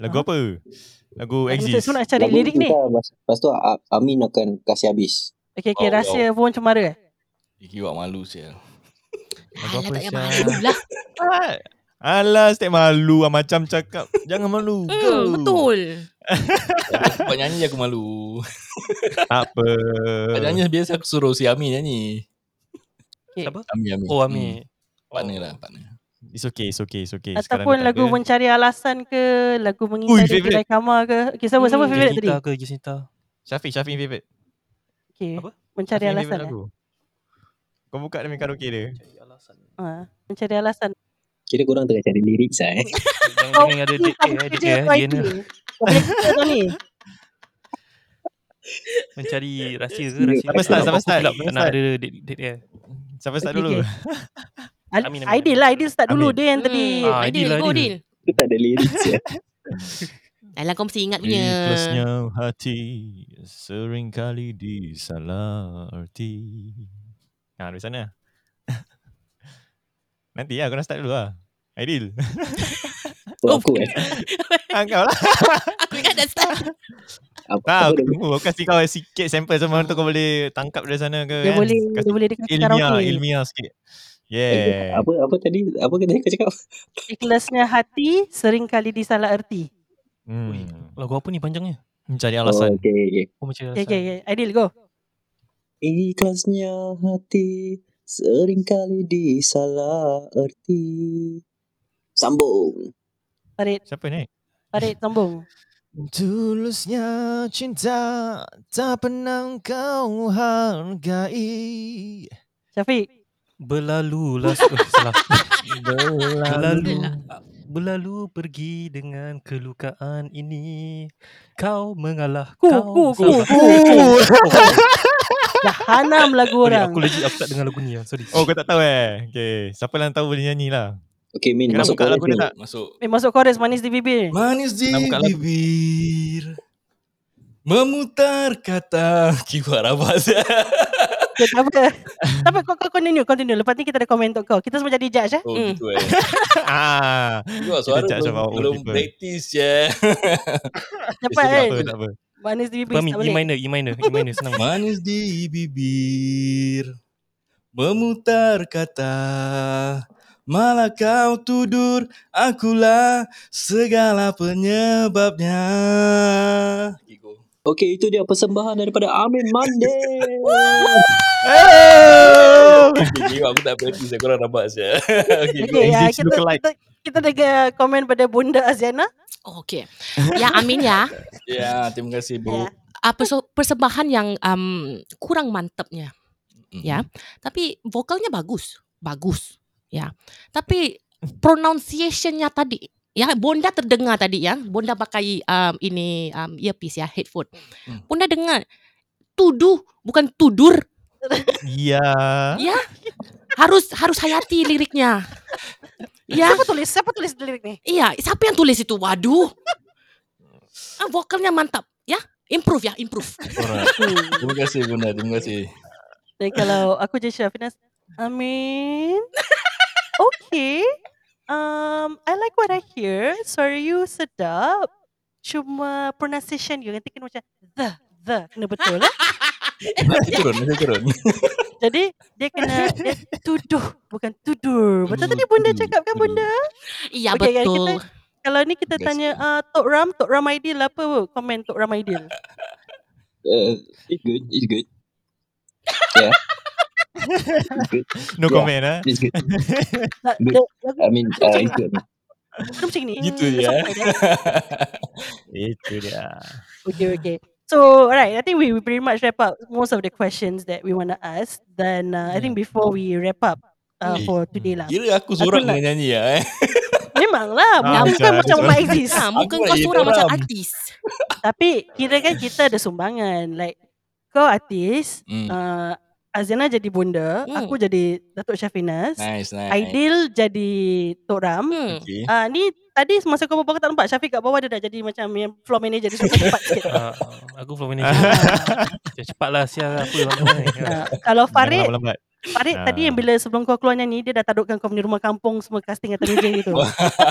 S5: Lagu
S1: Ah.
S5: apa? Lagu
S1: Macam
S5: Exist.
S1: tu nak cari
S3: Lagu
S1: lirik ni
S3: kita, Lepas, lepas tu A- Amin akan kasih habis.
S1: Okay okay
S4: Wow,
S1: rahsia pohon cemara eh?
S4: Iki awak malu sial
S5: Lagu
S2: Alah,
S5: apa,
S2: tak payah
S5: Syah?
S2: malu lah.
S5: Alah, step malu lah. Macam cakap. Jangan malu.
S2: Hmm, (laughs) betul.
S4: Tempat nyanyi aku malu
S5: Tak apa.
S4: Tempat nyanyi biasa aku suruh si Ami nyanyi
S1: Okay.
S6: Siapa?
S4: Ami Ami
S6: Oh Ami
S4: hmm. Partner lah partner
S5: It's okay, it's okay, it's okay. Sekarang
S1: Ataupun
S5: dah tak
S1: lagu
S5: ada.
S1: mencari alasan ke Lagu
S5: Ui,
S1: mengingkari
S5: favourite.
S1: kedai kamar ke Okay siapa siapa
S2: Hmm.
S1: favourite tadi
S6: Jacinta ke Jacinta
S5: Syafiq, Syafiq favourite.
S1: Okay
S6: Apa?
S1: Mencari
S5: Syafiq
S1: alasan
S5: favourite
S1: eh?
S5: lagu. Kau buka demi karaoke dia.
S1: ha. Mencari alasan
S3: Kira korang tengah cari lirik sah
S5: (laughs)
S3: eh.
S6: Jangan
S1: (laughs)
S6: jangan ada
S1: ni
S6: date
S1: tak
S6: eh
S1: boleh
S6: Date eh
S1: kerja
S6: Dia ni
S1: IT. Tak boleh kerja tau ni
S6: Mencari rahsia ke rahsia
S5: Siapa start, siapa
S6: Aku
S5: start?
S6: gelap
S5: Siapa
S6: Tak nak
S5: start?
S6: ada date date eh
S5: Siapa start
S1: Okay,
S5: dulu?
S1: okay. Al-
S6: Amin, amin,
S1: Aidil lah Aidil start dulu
S5: Amin.
S1: Dia yang tadi
S2: Hmm,
S6: Ah,
S2: Adil,
S6: Adil lah,
S2: go
S6: Adil.
S2: Adil.
S3: Kita tak ada eh. lirik sah.
S2: Alah, kau mesti ingat punya.
S5: Ikhlasnya hati seringkali disalah arti. Ha, dari sana. (laughs) Nanti lah, kau nak start dulu lah. Aidil.
S3: Oh, aku eh.
S5: ha, kau lah.
S2: (laughs) Aku ingat dah start. (laughs)
S3: Apa,
S5: Tak,
S3: apa
S5: aku
S3: dia-
S5: tunggu. Aku kasih kau sikit sample sama tu kau boleh tangkap dari sana ke.
S1: Dia
S5: kan?
S1: boleh Dia
S5: Kasih
S1: boleh dekat
S5: ilmiah,
S1: karaoke
S5: ilmiah sikit.
S3: eh,
S5: Yeah.
S3: apa apa tadi apa tadi kau cakap
S1: Ikhlasnya hati Seringkali disalah erti
S6: Ui,
S5: Hmm.
S6: Lagu apa ni panjangnya
S5: Mencari
S3: oh,
S5: alasan.
S3: okay, okay.
S6: Oh macam
S1: Okay okay okay. Aidil go
S3: Ikhlasnya hati seringkali disalah erti. Sambung.
S1: Farid
S5: Siapa ni?
S1: Farid sambung
S5: Tulusnya cinta tak pernah kau hargai
S1: Syafiq
S6: Berlalu (laughs) lah eh, Salah Berlalu
S2: Lah.
S6: Berlalu pergi dengan kelukaan ini Kau mengalah
S1: Ku
S6: Kau
S1: ku ku
S6: salah.
S1: ku
S5: (laughs)
S1: Dah hanam lagu
S6: Sorry,
S1: orang
S6: Aku legit aku tak dengar lagu ni lah Sorry
S5: Oh kau tak tahu eh Okay Siapa yang tahu boleh nyanyi lah
S3: Okay, Min
S5: Kena
S3: masuk
S5: buka
S3: chorus
S5: lagu
S3: ni.
S5: dia tak
S4: Masuk
S1: Eh masuk chorus manis di bibir
S4: Manis di
S5: Nak buka lagu.
S4: bibir Memutar kata (laughs) lah, Kibar apa sial?
S1: Okay, tak apa Tak apa kau, kau continue Continue Lepas ni kita ada komen untuk kau Kita semua jadi judge eh
S4: Oh
S2: Hmm.
S4: gitu eh
S5: ah,
S4: Kau suara
S5: judge
S4: belum,
S5: about our own
S4: belum
S5: people.
S4: praktis je
S1: Cepat
S5: Tak
S1: eh
S5: apa tak apa
S1: Manis di bibir
S6: Apa
S1: tak
S6: Min? E
S1: boleh
S6: minor E minor E minor senang
S4: Manis di bibir Memutar kata Malah kau tudur Akulah segala penyebabnya Okay go
S3: Okay, itu dia persembahan daripada Amin
S5: (laughs)
S3: Mande.
S4: Okay, okay, aku tak praktis Korang nampak saya (laughs) Okay go
S1: Okay, uh,
S5: Exist
S1: kita,
S5: lookalike.
S1: kita, kita dengar komen pada Bunda Aziana
S2: Oh, okay. Ya, Amin ya.
S4: Ya terima kasih bro
S1: Ya.
S2: Apa so, persembahan yang um, kurang mantapnya. Ya. Tapi vokalnya bagus. Bagus. Ya. Tapi pronunciation-nya tadi Ya, Bonda terdengar tadi ya. Bonda pakai um, ini um, earpiece ya, headphone.
S4: Hmm.
S2: Bonda dengar tuduh bukan tudur.
S5: Ya
S2: Ya. Harus harus hayati liriknya. Ya.
S1: Siapa tulis? Siapa tulis lirik ni?
S2: Iya, siapa yang tulis itu? Waduh. Ah, vokalnya mantap, ya. Improve ya, improve.
S1: (laughs)
S4: Alright. Terima kasih Bunda Terima kasih
S1: Dan kalau aku jadi Syafinas, Amin. Okay. Um, I like what I hear. Sorry you sedap. Cuma pronunciation you nanti kena macam the the kena betul eh.
S4: Nanti turun Nanti turun
S1: Jadi dia kena dia tuduh bukan tudur. Betul tadi bunda cakap kan bunda?
S2: Iya
S1: Okay, guys,
S2: betul.
S1: kita- Kalau ni kita tanya uh, Tok Ram, Tok Ram Aidil apa komen Tok Ram Aidil?
S3: Uh, it's good, it's good.
S5: (laughs)
S3: Yeah. it's good,
S5: No
S3: Ya.
S5: comment ah.
S3: it's good.
S1: La-
S3: Good.
S1: la- lagu
S3: I mean, uh, it's good.
S1: dia macam ni.
S4: Gitu je, eh.
S1: Sampai dia.
S5: Itu dia
S1: Okay, okay. So, all right, I think we, we pretty much wrap up most of the questions that we want to ask. Then, uh, I think before we wrap up uh,
S4: Eh,
S1: for today lah.
S4: Kira aku seorang
S1: lah.
S4: yang nyanyi lah eh.
S1: Memang lah,
S5: Ah,
S1: bukan
S5: betul,
S1: macam
S5: betul.
S1: Mak Aziz.
S2: Ha, muka
S4: Aku
S2: kau
S4: nak
S2: seorang
S4: jadi
S2: macam
S4: orang.
S2: artis.
S1: Tapi kira kan kita ada sumbangan. Like, kau artis,
S4: Hmm.
S1: uh, Azana jadi bunda,
S2: Hmm.
S1: aku jadi Datuk Syafinas,
S4: Nice, nice.
S1: Aidil jadi Tok Ram.
S2: Hmm.
S4: Okay.
S1: Ah ni tadi semasa kau berbual aku tak nampak Syafiq kat bawah dia dah jadi macam yang floor manager dia suka cepat sikit.
S6: (laughs) Ah, aku flow (laughs)
S1: Ah,
S6: manager. Cepat lah sial apa lama (laughs) ni.
S5: (laughs)
S1: ah. kalau Farid,
S5: Lambat-lambat.
S1: Farid
S5: Ah.
S1: tadi yang bila sebelum kau keluar nyanyi dia dah tadukkan kau punya rumah kampung semua casting atas meja
S5: (laughs)
S1: gitu.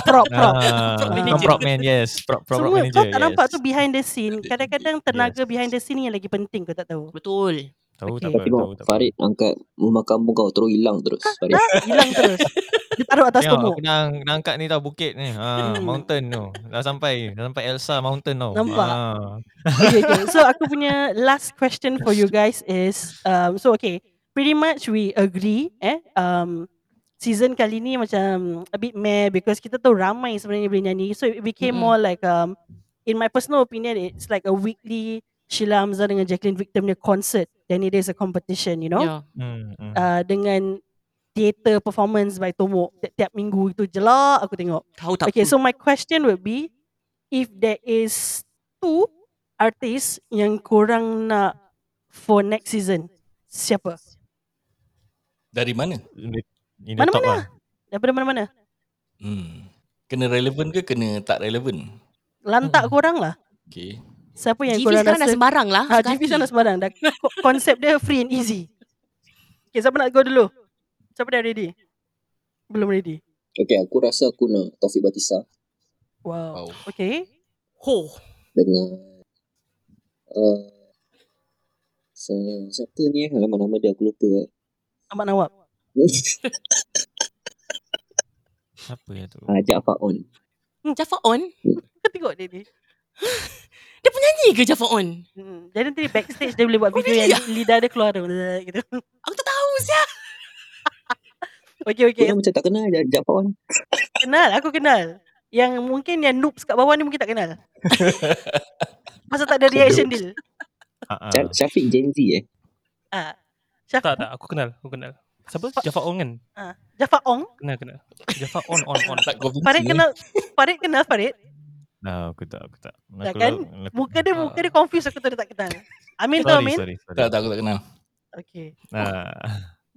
S1: prop prop.
S5: Ah,
S1: Prop
S5: kau
S1: manager.
S5: prop man, yes. Prop, prop, prop
S1: Semua
S5: manager,
S1: kau tak
S5: yes.
S1: nampak tu behind the scene. Kadang-kadang tenaga
S5: Yes.
S1: behind the scene ni yang lagi penting kau tak tahu.
S2: Betul.
S5: Tahu
S1: Okay.
S5: tak apa,
S3: Tengok
S5: tahu tak apa.
S3: Farid angkat rumah kampung kau terus hilang terus
S2: Ah,
S3: Farid.
S1: Hilang
S5: (laughs)
S1: terus. Dia taruh atas
S5: Tengok,
S1: komok.
S5: aku nak, nak angkat ni tau, bukit ni. Ha,
S1: (laughs) Hmm.
S5: mountain tu. Dah sampai, dah sampai Elsa Mountain tau.
S1: Nampak?
S5: Ha.
S1: okay, okay. So aku punya last question for you guys is um so okay, pretty much we agree eh um season kali ni macam a bit meh because kita tahu ramai sebenarnya boleh nyanyi. So it became more
S2: Mm-mm.
S1: like um in my personal opinion it's like a weekly Sheila Hamzah dengan Jacqueline Victor punya concert then it is a competition you know
S2: Ya.
S5: Hmm, hmm.
S1: uh, dengan theater performance by Tomok tiap, tiap minggu itu jelak aku tengok
S2: Tahu tak?
S1: Okay, so my question would be if there is two artists yang korang nak for next season, siapa?
S4: Dari mana?
S5: In the- in the top
S1: Mana-mana?
S5: lah.
S1: Daripada mana-mana?
S4: Hmm. Kena relevan ke kena tak relevan?
S1: Lantak korang lah.
S4: Okay.
S1: Siapa yang
S2: GV
S1: korang
S2: Hmm. sekarang dah
S1: rasa?
S2: sembarang lah.
S1: Ha,
S2: suka
S1: GV
S2: hati.
S1: sana sembarang. Dah, ko- konsep dia free and easy. Okay, siapa nak go dulu? Siapa dah ready? Belum ready.
S3: Okay, aku rasa aku nak Taufik Batisa
S1: Wow.
S4: Wow.
S1: Okay.
S2: Ho.
S3: dengan uh, saya siapa ni eh? Alamak nama dia aku lupa. eh.
S1: Ahmad Nawab.
S5: Siapa ya tu?
S3: ah, Jack Faon.
S2: Jaffa on?
S1: Kau tengok dia ni.
S2: Ni ke Jaffa on?
S1: Hmm. Jadi nanti dia backstage dia boleh buat
S2: Oh,
S1: video
S2: really
S1: yang lidah dia keluar tu. (laughs) Gitu.
S2: Aku tak tahu siapa.
S1: (laughs) Okay, okay.
S3: Okay. macam tak kenal Jack, Jack Faon.
S1: Kenal, aku kenal. Yang mungkin yang noobs kat bawah ni mungkin tak kenal. Pasal tak ada reaction deal.
S5: Ha, ha.
S3: Uh. Syafiq Gen Z eh.
S1: Ah. Syaf,
S6: Tak tak aku kenal, aku kenal. Siapa? Jafar On kan?
S1: Jafar Ong.
S6: Kenal kenal. Jafar On on on.
S4: Tak convincing.
S1: Farid
S4: eh.
S1: kenal. Farid kenal Farid.
S5: No, aku tak, aku tak.
S1: Tak
S5: Aku
S1: kan?
S5: lah-
S1: Muka dia muka dia confused aku tu dia tak kenal. Amin tu
S5: Sorry,
S1: Amin.
S5: sorry, sorry.
S4: Tak, tak aku tak kenal.
S1: Okay.
S5: Ah.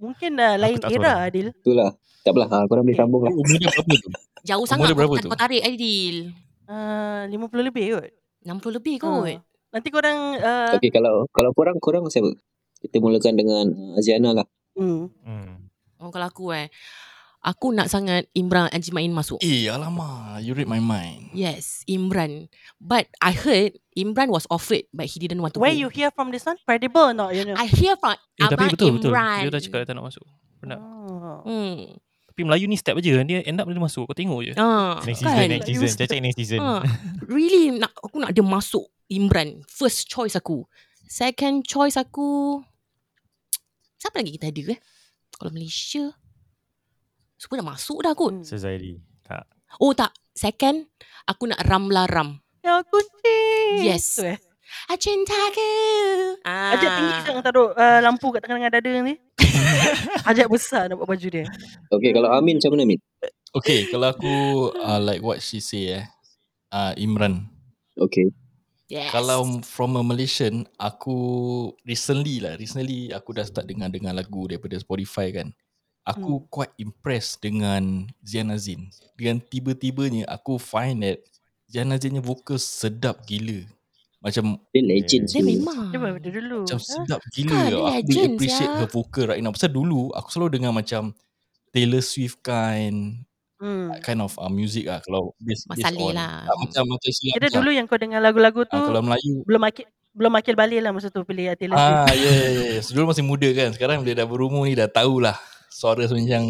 S1: Mungkin uh, lain
S5: tak
S1: era Adil.
S3: Itulah. Tak apalah. Ah, korang boleh
S1: Okay.
S3: sambung lah.
S4: Umur dia berapa tu?
S2: Jauh
S4: Umur
S2: sangat
S4: dia berapa
S2: kau,
S4: tu?
S2: kau tarik Aidil.
S1: Uh, 50 lebih kot.
S2: 60 lebih
S1: Ah.
S2: kot.
S1: Nanti korang
S2: Ah.
S1: uh,
S3: Okay, kalau kalau korang, korang siapa? Kita mulakan dengan uh, Aziana lah.
S1: mm,
S5: Hmm.
S2: Oh, kalau aku eh. Aku nak sangat Imran Ajimain masuk.
S4: Eh, alamak. You read my mind.
S2: Yes, Imran. But I heard Imran was offered but he didn't want to
S1: where you
S2: go.
S1: hear from this one? Credible or not? You know?
S2: I hear from
S6: (laughs) Eh, tapi
S2: Abang
S6: betul betul.
S2: Imran.
S6: Dia dah cakap dia tak nak masuk. Benar.
S1: Oh.
S2: Hmm.
S6: Tapi Melayu ni step aja dia end up dia masuk kau tengok je.
S2: Ah,
S5: Next season,
S2: kan?
S5: next season. Cacik next season.
S2: Ah, really nak aku nak dia masuk Imran. First choice aku. Second choice aku siapa lagi kita ada eh? Kalau Malaysia semua dah masuk dah kot.
S1: Hmm.
S5: Sezairi. Tak.
S2: Oh tak, second aku nak Ramla Ram.
S1: Ya kunci.
S2: Yes.
S1: Tu eh.
S2: Ah, Cintaku. Ah.
S1: Ajak tinggi sangat taruh uh, lampu kat tengah-tengah dada
S2: (laughs)
S1: ni. Ajak besar nak buat baju dia.
S3: Okay, kalau
S2: Hmm.
S3: Amin macam mana Amin?
S4: Okay, kalau aku uh, like what she say eh. Uh, Imran.
S3: Okay.
S2: Yes.
S4: Kalau from a Malaysian, aku recently lah, recently aku dah start dengar-dengar lagu daripada Spotify kan. Aku
S1: Hmm.
S4: quite impressed dengan Zian Azin. Dengan tiba-tibanya aku find that Zian Azin punya vokal sedap gila. Macam
S3: Dia legend
S2: dia
S3: tu.
S2: memang.
S1: Cuba daripada dulu.
S4: Hmm. Macam
S1: Ha?
S4: sedap gila
S2: Kan, dia
S4: tau. Aku
S2: legend,
S4: really appreciate
S2: sia.
S4: her vocal right now Pasal dulu Aku selalu dengar macam Taylor Swift kind
S1: Hmm.
S4: Kind of uh, music lah Kalau based, based
S2: Masalih
S4: on
S2: lah.
S4: tak, Macam macam siap
S1: Kira dulu yang kau dengar lagu-lagu tu
S4: Ah, Kalau Melayu
S1: belum akil belum akil balik lah masa tu pilih Taylor Swift.
S4: Ah, ya, yeah, yeah, yeah. So, Dulu masih muda kan. Sekarang bila dah berumur ni dah tahulah suara sebenarnya yang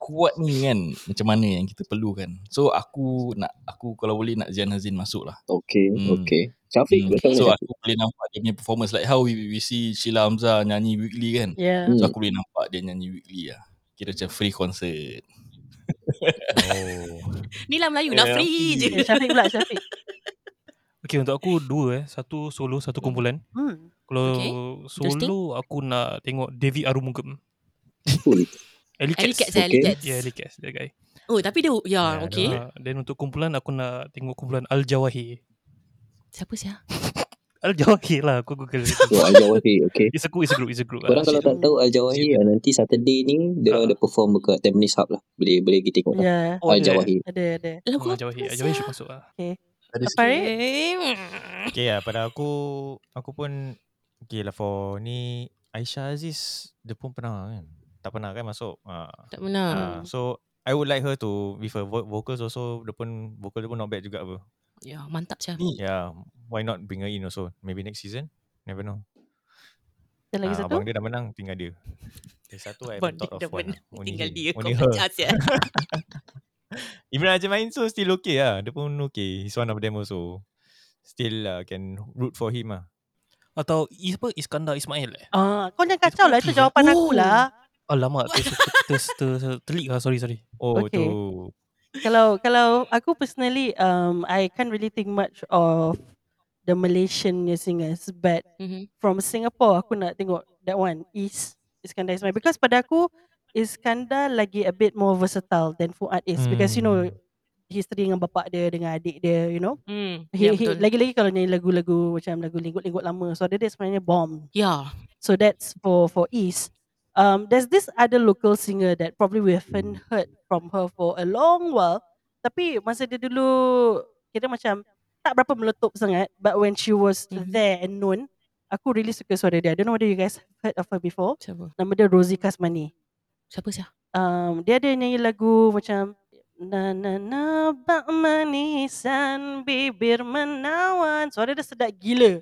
S4: kuat ni kan macam mana yang kita perlukan. So aku nak aku kalau boleh nak Zian Hazin masuk lah.
S3: Okay,
S4: Hmm.
S3: okay. Syafiq,
S4: Hmm.
S3: kau tahu
S4: So
S3: mana Syafiq?
S4: aku boleh nampak dia punya performance like how we, we see Sheila Hamzah nyanyi weekly kan.
S1: Yeah.
S4: So
S3: Hmm.
S4: aku boleh nampak dia nyanyi weekly lah. Kira macam free concert.
S5: Oh.
S4: Oh.
S2: Ni lah Melayu, nak
S4: Yeah.
S2: free je.
S1: Eh,
S2: (laughs)
S1: yeah. Syafiq pula Syafiq.
S6: Okay untuk aku dua eh Satu solo Satu kumpulan
S1: Hmm.
S6: Kalau
S2: Okay.
S6: okay.
S2: Interesting.
S6: solo Aku nak tengok David Arumugam
S3: Cool.
S6: Ellie
S2: Alley Cats
S6: Cats
S2: eh, Alley
S3: okay.
S2: Cats.
S6: Yeah Ellie Cats That guy
S2: Oh, tapi dia, ya, yeah,
S5: Yeah,
S2: okay.
S5: dia-
S6: uh, Then untuk kumpulan Aku nak tengok kumpulan Al-Jawahir
S2: Siapa sia?
S6: Al-Jawahir lah Aku google
S2: (laughs)
S3: Oh, Al-Jawahir. Okay.
S6: It's a group It's a group It's a group
S3: Korang kalau tak tahu Al-Jawahir, ah, nanti Saturday ni, dia
S6: Ah.
S3: orang ada perform dekat Tampines Hub lah. Boleh boleh pergi tengok lah.
S1: Ya,
S6: Oh, ada, eh?
S3: Al-Jawahir.
S1: ada ada.
S2: Lagu Lah,
S6: Oh,
S2: apa
S6: Al-Jawahir
S2: sia?
S6: Al-Jawahir should masuk lah
S4: Ada sikit.
S1: Farid?
S2: Eh,
S5: Okay lah pada aku Aku pun Okay lah for ni Aisyah Aziz Dia pun pernah kan Tak pernah kan masuk ah.
S2: Tak
S1: Hmm.
S2: pernah.
S5: Ah, So I would like her to With her vo- vocals also Dia pun Vocal dia pun not bad juga apa
S2: Ya, mantap sia.
S4: Ni
S5: Yeah Why not bring her in also Maybe next season Never know
S1: Dan lagi
S5: Ah,
S1: satu.
S5: Abang dia dah menang Tinggal dia There's satu I
S2: Abang
S5: haven't thought
S2: dia
S5: of
S2: dah
S5: one
S2: menang,
S5: lah. Only
S2: Tinggal
S5: him.
S2: dia kau
S5: Only her
S2: pecah sia.
S5: (laughs) Even Raja main so Still okay lah Dia pun okay He's one of them also Still uh, can Root for him lah
S6: Atau is- apa Iskandar Ismail eh Ah,
S1: Ah, kau jangan kacau lah itu jawapan
S4: Oh.
S1: aku lah.
S6: Alamak ter, ter, ter, ter, Terlik lah sorry sorry
S5: Oh
S1: Okay.
S5: okay. tu
S1: Kalau kalau aku personally um I can't really think much of the Malaysian punya singers but
S2: Mhm.
S1: from Singapore aku nak tengok that one is Iskandar Ismail because pada aku Iskandar lagi a bit more versatile than Fuad is hmm. because you know
S5: Hmm.
S1: history dengan bapak dia dengan adik dia you know
S2: Hmm.
S1: he,
S2: Ya,
S1: he,
S2: betul.
S1: lagi-lagi kalau nyanyi lagu-lagu macam lagu lingkut-lingkut lama so dia, dia sebenarnya bomb
S2: Ya.
S1: So that's for for East. Um, there's this other local singer that probably we haven't heard from her for a long while. Tapi masa dia dulu kira macam tak berapa meletup sangat. But when she was
S2: Mhm.
S1: there and known, aku really suka suara dia. I don't know whether you guys heard of her before.
S2: Siapa?
S1: Nama dia Rosie Kasmani.
S2: Siapa sia?
S1: Um, dia ada nyanyi lagu macam Na na na bak manisan bibir menawan. Suara dia sedap gila.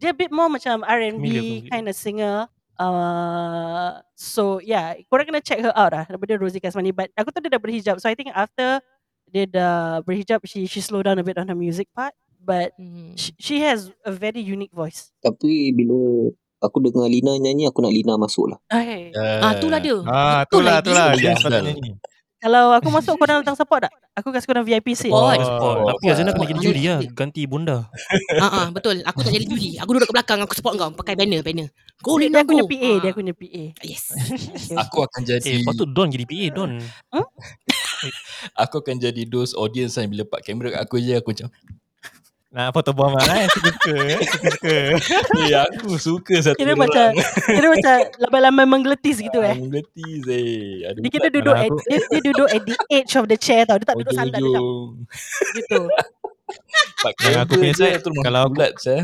S1: Dia a bit more macam
S6: Familiar,
S1: R&B
S6: familiar.
S1: kind of singer. Uh, so yeah, korang kena check her out lah. Nama dia Rosie Kasmani. But aku tahu dia dah berhijab. So I think after dia dah berhijab, she she slow down a bit on her music part. But
S2: Hmm.
S1: she, she has a very unique voice.
S3: Tapi bila aku dengar Lina nyanyi, aku nak Lina masuk lah.
S1: Okay.
S2: Ah, tu lah dia.
S5: Ah
S2: Betul
S5: tu lah tu lah
S4: dia.
S5: Dia sepatutnya ni
S1: Kalau aku masuk korang datang support tak? Aku kasi korang VIP seat.
S2: Support.
S6: Support
S5: Oh.
S6: Tapi Azana kena
S2: Support.
S6: jadi juri lah Ganti bunda
S2: Ah, ah, betul. Aku tak jadi juri. Aku duduk kat belakang. Aku support kau. Pakai banner, banner. Go,
S1: Dia, dia aku
S2: Lina, go.
S1: punya PA, dia
S2: Ah.
S1: aku punya PA.
S2: Yes.
S1: Okay.
S4: Aku akan
S6: Eh
S4: jadi
S6: patut Don jadi PA Don
S4: Aku akan jadi those audience kan Bila pak kamera kat aku je Aku (laughs) macam
S5: Nak foto bomb lah eh Suka-suka eh
S2: (laughs)
S5: Suka-suka
S4: Eh aku suka satu
S1: Kira
S4: orang
S1: macam Kira macam Lambai-lambai menggeletis gitu eh
S4: Mengerti eh Ada
S1: Dia kira duduk
S5: Anak
S1: at,
S5: aku.
S1: dia, dia duduk at the edge of the chair tau Dia tak duduk santai dia macam gitu
S4: Pak
S5: Yang
S4: kamera
S5: aku punya
S4: je,
S5: side,
S4: terus
S5: kalau
S4: masuk
S5: aku-
S4: bulat saya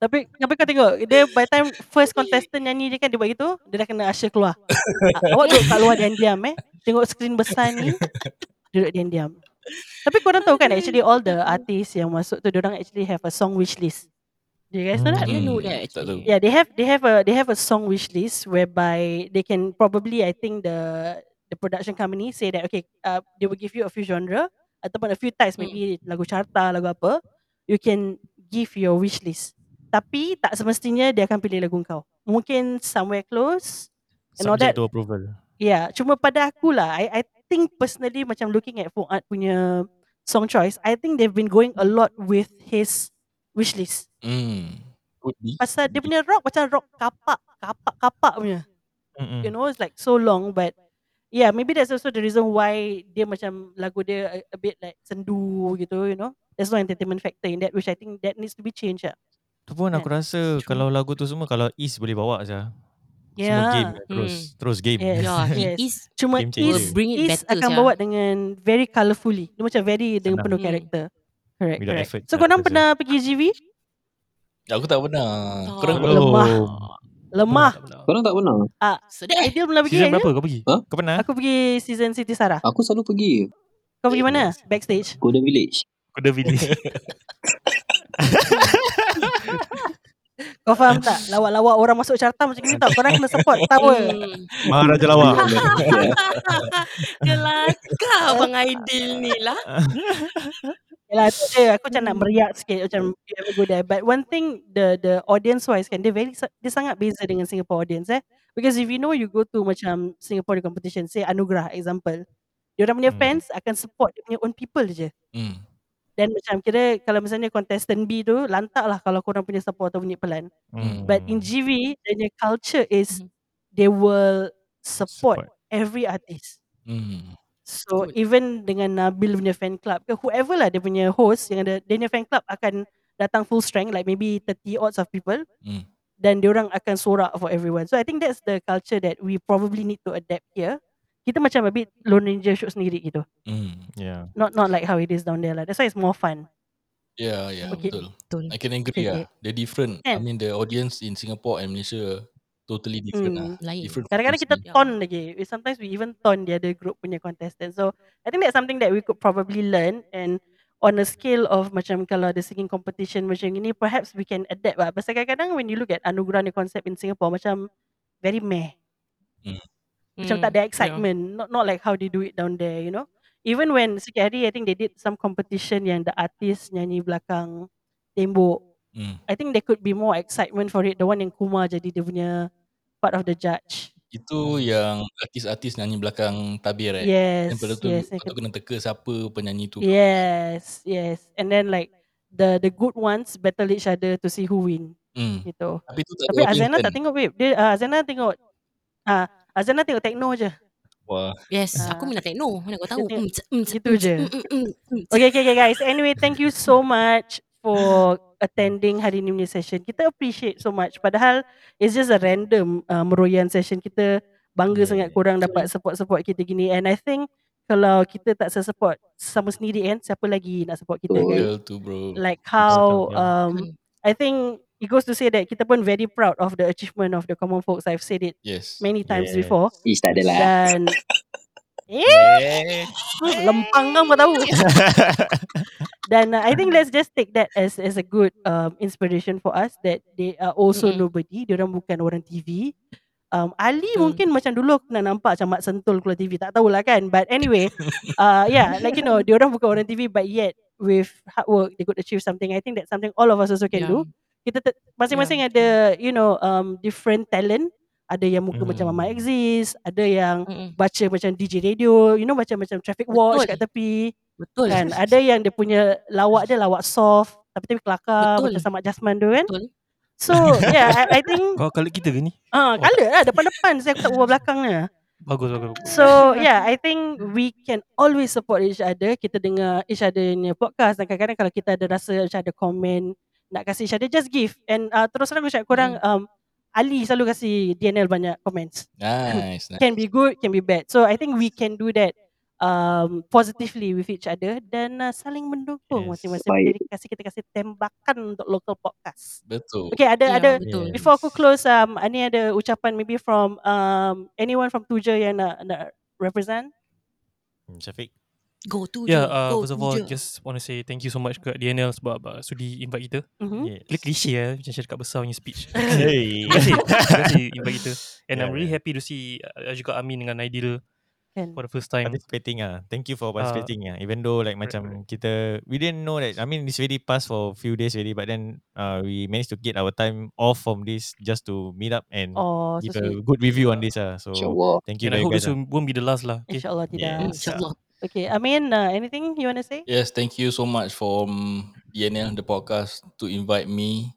S1: Tapi Tapi kau tengok Dia by time First contestant nyanyi dia kan Dia buat gitu Dia dah kena Asya keluar Ah, Awak duduk kat luar diam-diam eh Tengok screen besar ni Duduk diam-diam Tapi korang tahu kan Actually all the artists Yang masuk tu Diorang actually have a song wish list Do you guys know
S5: Hmm.
S1: that?
S2: I didn't know that Ya,
S4: Tak tahu.
S2: actually.
S1: Yeah, they have they have a they have a song wish list whereby they can probably I think the the production company say that okay uh, they will give you a few genre ataupun a few types
S2: Hmm.
S1: maybe lagu carta lagu apa you can give your wish list tapi tak semestinya dia akan pilih lagu kau mungkin somewhere close And all that-
S5: Subject to approval
S1: Yeah, cuma pada aku lah, I, I think personally macam looking at Fuad punya song choice, I think they've been going a lot with his wish list.
S4: Hmm Could be
S1: Pasal dia punya rock macam rock kapak, kapak-kapak punya.
S5: Mm-mm.
S1: You know, it's like so long but yeah, maybe that's also the reason why dia macam lagu dia a, a bit like sendu gitu, you know. There's no entertainment factor in that which I think that needs to be changed lah.
S5: Tu pun aku rasa Kalau lagu tu semua Kalau East boleh bawa saja. Semua
S1: Yeah.
S5: game lah, Terus
S2: Hmm.
S5: Terus game
S1: Yes.
S2: Yeah, he
S1: Yes.
S2: is
S1: Cuma
S5: Game
S1: is,
S5: changer.
S2: will bring it
S1: is
S2: better.
S1: akan
S2: sia.
S1: bawa dengan very colourfully. Dia macam very dengan
S5: Senang.
S1: penuh
S2: Hmm.
S1: karakter. Correct,
S5: Without
S1: correct.
S5: effort,
S1: so
S5: without
S1: korang
S5: kerja.
S1: pernah pergi GV?
S4: Aku tak pernah
S1: Oh.
S4: Korang
S2: Tak.
S4: pernah
S1: Lemah.
S5: Oh.
S1: Lemah.
S6: Tak pernah.
S3: Korang tak pernah?
S2: Sedap eh.
S1: Ideal pernah pergi
S6: Season
S1: kan?
S6: berapa kau pergi?
S5: Kau pernah?
S1: Aku pergi season City Sarah.
S3: Aku selalu pergi
S1: Kau pergi mana? Backstage.
S3: Golden Village.
S6: Kau dah
S5: (laughs)
S6: pilih
S1: Kau faham tak? Lawak-lawak orang masuk carta macam ni tau. Korang kena support tower. (laughs)
S2: Hmm.
S5: Maharaja Lawak
S3: Ya.
S2: Kelakar Abang Aidil ni lah
S1: Yalah, tu dia. Aku
S5: Hmm.
S1: macam nak meriak sikit macam you ever go there. But one thing the the audience wise kan dia very sa- dia sangat beza dengan Singapore audience eh. Because if you know you go to macam Singapore competition say Anugerah example. Dia orang punya
S5: Hmm.
S1: fans akan support dia punya own people je.
S4: Hmm
S1: Dan macam kira kalau misalnya contestant B tu lantak lah kalau korang punya supporter bunyi pelan.
S5: Hmm.
S1: But in GV, dia punya culture is
S2: Mhm.
S1: they will support,
S5: Support.
S1: every artist.
S4: Hmm.
S1: So
S2: Betul.
S1: even dengan Nabil punya fan club ke whoever lah dia punya host yang ada dia punya fan club akan datang full strength like maybe 30 odds of people
S4: Hmm.
S1: dan diorang akan sorak for everyone. So I think that's the culture that we probably need to adapt here. Kita macam a bit Lone Ranger show sendiri gitu.
S4: Hmm.
S5: yeah.
S1: Not not like how it is down there lah. That's why it's more fun.
S4: Yeah, yeah,
S1: Okay.
S4: Ya, betul.
S2: Betul.
S4: I can agree
S1: Okay.
S4: lah. They're different. I
S1: Kan?
S4: mean the audience in Singapore and Malaysia totally different lah.
S1: Hmm.
S2: Lain.
S4: Different.
S1: Kadang-kadang kita
S4: frequency.
S1: ton
S2: Yeah.
S1: lagi. We- Sometimes we even ton the other group punya contestant. So I think that's something that we could probably learn and on a scale of macam kalau ada singing competition macam ini, perhaps we can adapt lah. Pasal kadang-kadang when you look at anugerah ni concept in Singapore macam very meh.
S2: Hmm.
S1: Macam tak
S2: ya.
S1: ada excitement. Not not like how they do it down there, you know. Even when sikit hari, I think they did some competition yang the artist nyanyi belakang tembok.
S4: Hmm.
S1: I think there could be more excitement for it. The one yang Kumar jadi dia punya part of the judge.
S4: Itu yang artis-artis nyanyi belakang tabir eh.
S1: Yes,
S4: Then pada tu,
S1: yes.
S4: yes, tu kena teka siapa penyanyi tu.
S1: Yes, yes. And then like the the good ones battle each other to see who win
S4: Hmm.
S1: gitu.
S4: Tapi tu tak
S1: Tapi
S4: ada
S1: Azana
S4: audience
S1: tak
S4: kan?
S1: tengok babe. Dia uh, Azana tengok ah uh, Azana tengok techno je.
S4: Wah.
S2: Ya. Yes,
S1: Ah.
S2: aku minat techno. Mana kau
S1: Dia
S2: tahu.
S1: tengok-
S2: Mm, tsk, mm, tsk,
S1: Gitu
S2: mm, tsk,
S1: je.
S2: mm, mm, mm, tsk.
S1: Okay, okay, okay guys. Anyway, thank you so much for attending hari ni punya session. Kita appreciate so much. Padahal it's just a random uh, meroyan session. Kita bangga
S5: Yeah.
S1: sangat korang
S2: Betul.
S1: dapat support-support kita gini. And I think kalau kita tak support sama sendiri kan, siapa lagi nak support kita kan?
S4: Betul tu bro.
S1: like how
S5: betul.
S1: um I think it goes to say that kita pun very proud of the achievement of the common folks. I've said it
S4: Yes.
S1: many times
S5: Yes.
S1: before Eh?
S3: Ish, tak adalah.
S1: dan
S5: Yeah.
S1: hmm, (laughs) lempang kan kau
S2: (laughs)
S1: tahu. Dan uh, I think let's just take that as as a good um, inspiration for us that they are also
S2: Mm-mm.
S1: nobody. Dia orang bukan orang TV. Um, Ali
S2: Betul.
S1: mungkin macam dulu aku nak nampak macam Mak Sentul keluar TV. Tak tahulah kan. But
S2: (laughs)
S1: anyway, uh, yeah, like you know, dia orang bukan orang TV but yet with hard work they could achieve something. I think that's something all of us also can
S2: Yeah.
S1: do. Kita te- masing-masing ada you know um, different talent. Ada yang muka macam
S5: Mm.
S1: Mama Exist, ada yang
S2: Mm, mm.
S1: baca macam DJ radio, you know macam macam traffic watch
S2: Betul.
S1: kat tepi
S2: Betul.
S1: kan ada yang dia punya lawak dia lawak soft tapi tapi kelakar
S2: Betul.
S1: macam sama Jasman tu kan
S2: Betul. (laughs)
S1: so yeah I, I think
S6: Kau kalau kita ke ni?
S2: Oh.
S1: ah uh, kala lah depan-depan saya aku tak ubah belakangnya
S6: Bagus bagus. bagus.
S1: so yeah I think we can always support each other kita dengar each other punya podcast dan kadang-kadang kalau kita ada rasa macam ada komen nak kasih each other just give and uh, terus terang aku cakap korang
S2: Hmm.
S1: um, Ali selalu kasi DNL banyak comments
S4: Nice. nice.
S1: can be good, can be bad. So I think we can do that um, positively with each other dan uh, saling mendukung
S5: Yes.
S1: masing-masing.
S3: Baik.
S1: Jadi kasih kita kasih tembakan untuk local podcast.
S4: Betul.
S1: Okay, ada
S2: Ya,
S1: ada
S2: betul.
S5: Yeah.
S1: before aku close um ini ada ucapan maybe from um anyone from Tuja yang nak nak represent.
S5: Hmm, Syafiq.
S2: Go to je.
S6: Yeah, uh,
S2: Go
S6: first of
S2: to
S6: all,
S2: je.
S6: just want to say thank you so much kat DNL sebab uh, sudi invite kita.
S1: Mm-hmm.
S5: Yes.
S6: Kira cliche eh, macam syarikat besar punya speech.
S5: Hey.
S6: Terima kasih. Terima kasih invite kita. And
S5: Yeah,
S6: I'm really
S5: yeah.
S6: happy to see uh, juga Amin dengan Aidil
S1: Kan.
S6: for the first time.
S5: participating ah. Thank you for participating ah. Even though like
S6: right,
S5: macam kita we didn't know that. I mean it's already passed for a few days already but then uh, we managed to get our time off from this just to meet up and
S1: Oh, so
S5: give
S1: sweet.
S5: a good review on this ah. So
S3: InsyaAllah.
S5: thank you
S6: And I
S5: very
S6: hope this
S5: guys. ah.
S6: won't won't be the last lah. Okay.
S1: Insyaallah tidak.
S5: Yeah.
S2: Mm, (laughs) InsyaAllah.
S1: Okay, Amin, uh, anything you want to say?
S4: Yes, thank you so much from DNL the podcast to invite me.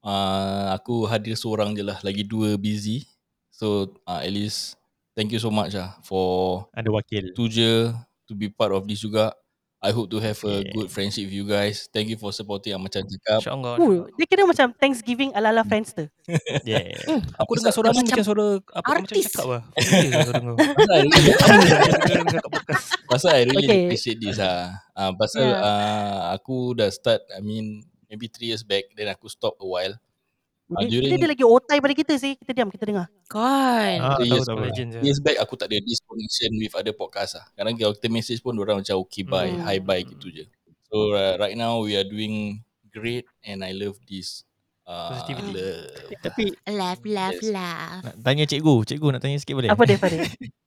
S4: Uh, aku hadir seorang je lah, lagi dua busy. So uh, at least thank you so much lah for
S5: Ada wakil.
S4: Tuja to be part of this juga. I hope to have a
S5: Yeah.
S4: good friendship with you guys. Thank you for supporting yang macam cakap.
S6: InsyaAllah.
S1: Ooh, dia kira macam Thanksgiving ala-ala Friendster.
S5: Yeah.
S2: Mm,
S6: Aku
S4: (laughs)
S6: dengar suara
S2: Dia
S6: ni
S2: macam
S6: macam suara apa kau macam
S2: artis.
S6: cakap lah. Furia lah kau
S2: (laughs)
S6: dengar.
S4: Pasal I really,
S6: Sama je macam lah. kau dengar kat podcast.
S4: pasal I really
S1: Okay.
S4: appreciate this lah. Uh, pasal
S1: Yeah.
S4: uh, aku dah start, I mean maybe three years back then aku stop a while. Uh,
S5: Ah,
S1: Dia, kira
S4: during
S1: dia lagi otai pada kita sih. Kita diam, kita dengar.
S2: Kan.
S5: (laughs) Ah,
S4: three
S5: tahu,
S4: years
S5: tahu.
S4: back.
S6: Legend je.
S4: Years back aku tak ada this connection with other podcast lah. Kadang kalau kita message pun orang macam okay bye,
S1: Hmm.
S4: hi bye gitu je. So uh, right now we are doing great and I love this. Uh,
S6: Positivity.
S4: Love.
S5: Tapi
S2: Laugh, laugh,
S4: Yes.
S2: laugh.
S5: nak tanya cikgu, cikgu nak tanya sikit boleh?
S1: Apa dia Farid?
S5: (laughs)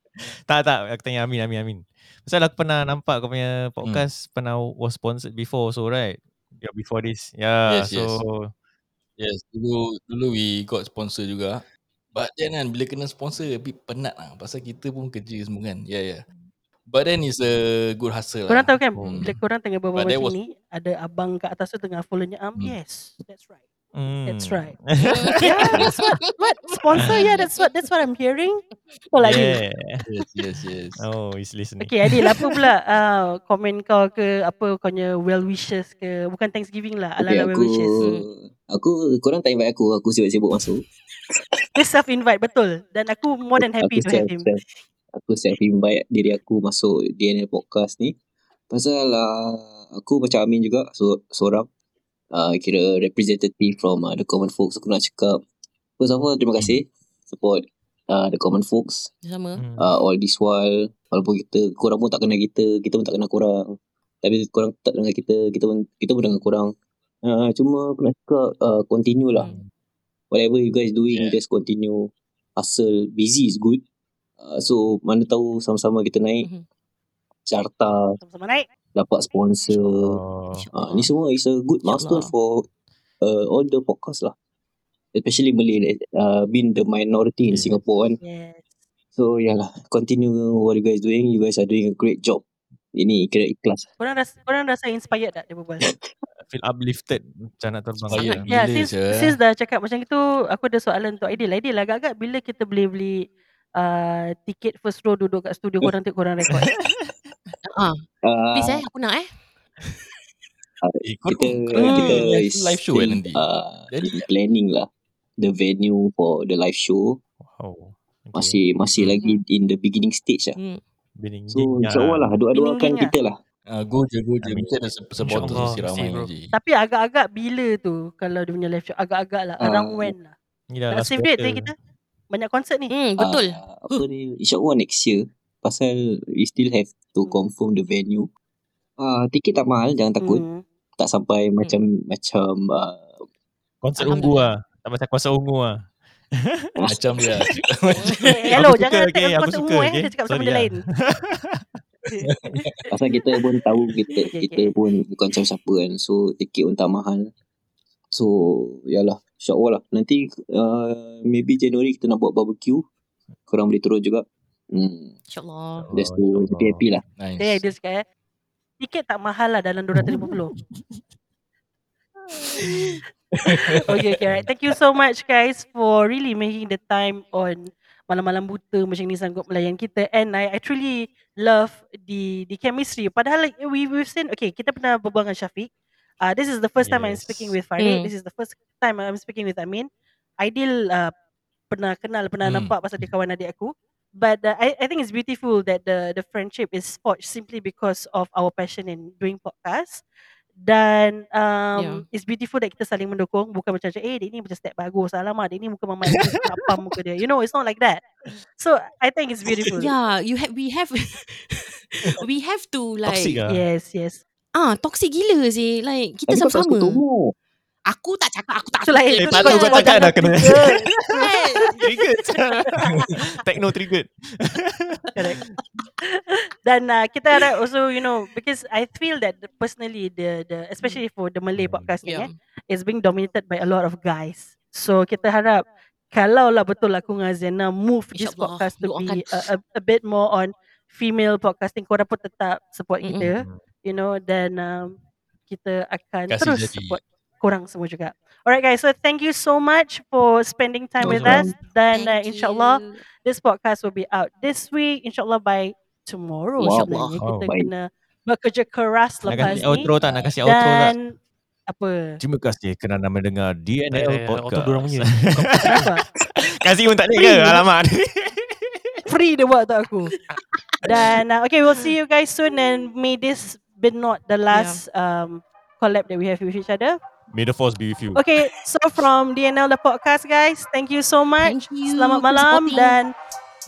S5: tak tak aku tanya Amin Amin Amin. Pasal aku pernah nampak kau punya podcast hmm. pernah was sponsored before so right. Yeah before this. Yeah
S4: Yes,
S5: so
S4: yes. Yes, dulu dulu we got sponsor juga. But then kan bila kena sponsor a bit penat lah pasal kita pun kerja semua kan. Ya yeah, ya. Yeah. But then it's a good hustle.
S1: Korang
S4: Lah.
S1: tahu kan
S5: Hmm.
S1: bila korang tengah berbual
S4: But that
S1: macam
S4: was-
S1: ni ada abang kat atas tu tengah follow-nya arm.
S4: Hmm.
S1: Yes, that's right.
S5: Mm.
S1: That's right. yeah, that's what what sponsor. Yeah, that's what that's what I'm hearing. Oh, like yeah.
S5: Yeah.
S1: (laughs)
S4: Yes, yes, yes.
S5: Oh, he's listening.
S1: Okay, Adil, apa pula uh, komen kau ke apa kau punya well wishes ke? Bukan Thanksgiving lah,
S3: Okay,
S1: ala-ala well
S3: aku, Hmm.
S1: wishes.
S3: aku, korang tak invite aku. Aku sibuk-sibuk masuk.
S1: Dia self invite betul dan aku more than happy
S3: aku
S1: to have him.
S3: Self, aku self invite diri aku masuk DNA podcast ni. Pasal uh, aku macam Amin juga so, seorang uh, kira representative from uh, the common folks aku nak cakap. First of all terima kasih support uh, the common folks
S2: Sama.
S5: Mm.
S3: uh, all this while walaupun kita korang pun tak kenal kita, kita pun tak kenal korang. Tapi korang tak dengar kita, kita pun kita pun dengar korang. Uh, cuma aku nak cakap uh, continue lah whatever you guys doing yeah.
S4: Yeah.
S3: just continue hustle busy is good uh, so mana tahu sama-sama kita naik
S2: Mhm.
S3: mm-hmm. carta
S1: Sama-sama naik.
S3: dapat sponsor
S5: Oh.
S3: uh, ni semua is a good milestone
S2: InsyaAllah.
S3: for uh, all the podcast lah especially Malay uh, being the minority in
S5: Yes.
S3: Singapore kan
S1: Yes.
S3: so yeah lah continue what you guys doing you guys are doing a great job ini kira ikhlas
S1: Korang rasa korang rasa inspired tak dia berbual?
S5: I feel uplifted macam nak terbang.
S4: Inspired.
S5: Sangat.
S4: Sangat.
S1: Ya, yeah,
S4: Bila
S1: since,
S4: je.
S1: since dah cakap macam itu, aku ada soalan untuk Aidil. Aidil, agak-agak bila kita boleh beli uh, tiket first row duduk kat studio korang tengok korang
S4: (laughs)
S1: rekod?
S2: Ah,
S3: uh,
S2: please eh, aku nak eh.
S4: Eh, kau
S3: kita
S4: kau-
S3: kita
S4: kau live,
S3: is
S4: live show kan
S3: still,
S4: nanti.
S3: uh,
S4: Jadi-
S3: in planning lah the venue for the live show
S5: Oh, Wow. Okay.
S3: masih masih
S2: Mhm.
S3: lagi
S1: Hmm.
S3: in the beginning stage lah.
S2: Hmm.
S5: Bining
S3: So insyaallah lah doa doakan
S1: Bidding-ing
S3: kita lah.
S4: Uh, go je, go je.
S5: Amin.
S4: Mesti ada sup- supporter
S6: InsyaAllah,
S4: mesti ramai.
S6: mesti, bro.
S4: je.
S1: Tapi agak-agak bila tu kalau dia punya live show? Agak-agak lah.
S3: Ah,
S1: Around when lah?
S5: Ni dah
S1: Nak
S5: last
S1: save date
S5: quarter.
S1: je kita. Banyak konsert ni.
S2: Hmm, betul.
S3: Uh, apa ni insyaallah next year pasal we still have to
S1: Hmm.
S3: confirm the venue. Ah uh, tiket tak mahal jangan takut
S1: Hmm. (laughs)
S3: tak sampai macam macam uh,
S5: Konsert
S2: Alhamdulillah.
S5: ungu lah. Tak macam kuasa ungu lah.
S4: Macam dia.
S1: Eh, hello,
S5: suka,
S1: jangan
S5: okay,
S1: tengok
S5: aku
S1: konsert
S5: suka,
S1: ungu eh.
S5: okay.
S1: Dia cakap pasal
S5: Sorry
S1: benda
S5: lah.
S1: lain.
S3: pasal kita pun tahu kita
S1: Okay,
S3: kita
S1: okay.
S3: pun bukan siapa-siapa kan. So tiket pun tak mahal. So yalah insyaallah lah nanti uh, maybe Januari kita nak buat barbecue. Korang boleh turun juga. Hmm,
S2: InsyaAllah.
S3: just
S5: Oh,
S3: to happy happy lah.
S4: Nice.
S1: Dia dia cakap eh. Tiket tak mahal lah dalam 250. okay, okay, right. Thank you so much guys for really making the time on malam-malam buta macam ni sanggup melayan kita and I actually love the the chemistry. Padahal like, we we've seen okay, kita pernah berbual dengan Syafiq. Uh, this is the first time I'm
S5: Yes.
S1: speaking with Farid.
S2: Hmm.
S1: This is the first time I'm speaking with Amin. Aidil uh, pernah kenal, pernah
S4: Hmm.
S1: nampak pasal dia kawan adik aku. But uh, I, I think it's beautiful that the the friendship is forged simply because of our passion in doing podcast. Dan um,
S2: Yeah.
S1: it's beautiful that kita saling mendukung. Bukan macam, eh, dia ni macam step bagus. Alamak, dia ni muka mamat. Dia ni nak pam muka dia. You know, it's not like that. So, I think it's beautiful.
S2: Yeah, Ya, you have we have (laughs) we have to like
S5: Toxic lah.
S1: Yes, yes.
S2: ah toxic gila sih. Like kita
S3: Tapi kau tak suka
S2: sama-sama.
S3: Tomo.
S2: Aku tak cakap aku tak
S1: So, like,
S5: Eh, patut kau
S1: kau
S5: cakap dah kena.
S1: (laughs) jangan-
S5: Triggered. Techno triggered.
S1: (laughs) Dan uh, kita ada also, you know, because I feel that the- personally, the the especially for the Malay
S5: Hmm.
S1: podcast ni, eh,
S2: Yeah.
S1: is being dominated by a lot of guys. So kita harap kalau lah betul aku dengan Zena move this
S2: InsyaAllah,
S1: podcast to
S2: doakan.
S1: be a, a, a bit more on female podcasting. Korang pun tetap support
S2: Mm-mm.
S1: kita. You know, then um, kita akan
S4: Hmm. Kasih
S1: terus
S4: jadi.
S1: support korang semua juga. Alright guys, so thank you so much for spending time with us.
S3: Sama-sama.
S1: Dan uh,
S2: Thank
S1: insyaAllah
S2: you.
S1: this podcast will be out this week. InsyaAllah by tomorrow
S3: Wow.
S1: sebenarnya.
S5: Wow.
S1: Kita
S3: Baik.
S1: kena bekerja keras
S5: Nak
S1: lepas
S5: kasi
S1: ni.
S5: outro tak? Nak kasi outro lah. tak?
S1: Dan apa?
S5: Terima kasih kerana mendengar
S6: Tak,
S5: DNL
S6: tak, ya. auto
S5: Podcast.
S6: dorang
S5: (laughs)
S6: punya.
S1: Apa?
S5: Kasih pun tak ada ke?
S1: Free.
S5: Alamak. (laughs)
S1: free dia buat untuk aku. Dan uh, okay, we'll see you guys soon and may this be not the last um collab that we have with each other.
S5: May the force be with you.
S1: Okay, so from DNL the podcast guys, thank you so much.
S2: Thank you.
S1: Selamat
S2: Keep
S1: malam
S2: supporting.
S1: dan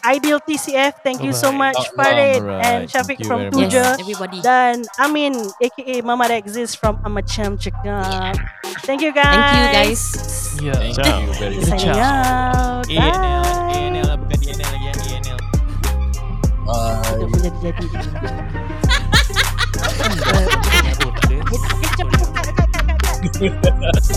S1: Ideal TCF, thank you so much
S6: Alright.
S1: Farid
S5: Alright,
S1: and
S5: thank
S1: Syafiq
S5: you
S1: from
S2: Yes,
S5: very
S1: Tuja
S2: everybody.
S1: dan Amin aka Mama that exists from Amacham Cekap. Thank you guys.
S2: Thank you guys.
S6: Yeah.
S4: Thank
S5: Ciao.
S4: you very much.
S1: Signing out.
S5: ANL,
S1: Bye.
S5: ANL lah, bukan DNL lagi, ANL.
S4: Ah.
S1: Kita pun jadi-jadi.
S6: Aku tak ada.
S1: Cepat, cepat, cepat, cepat, cepat.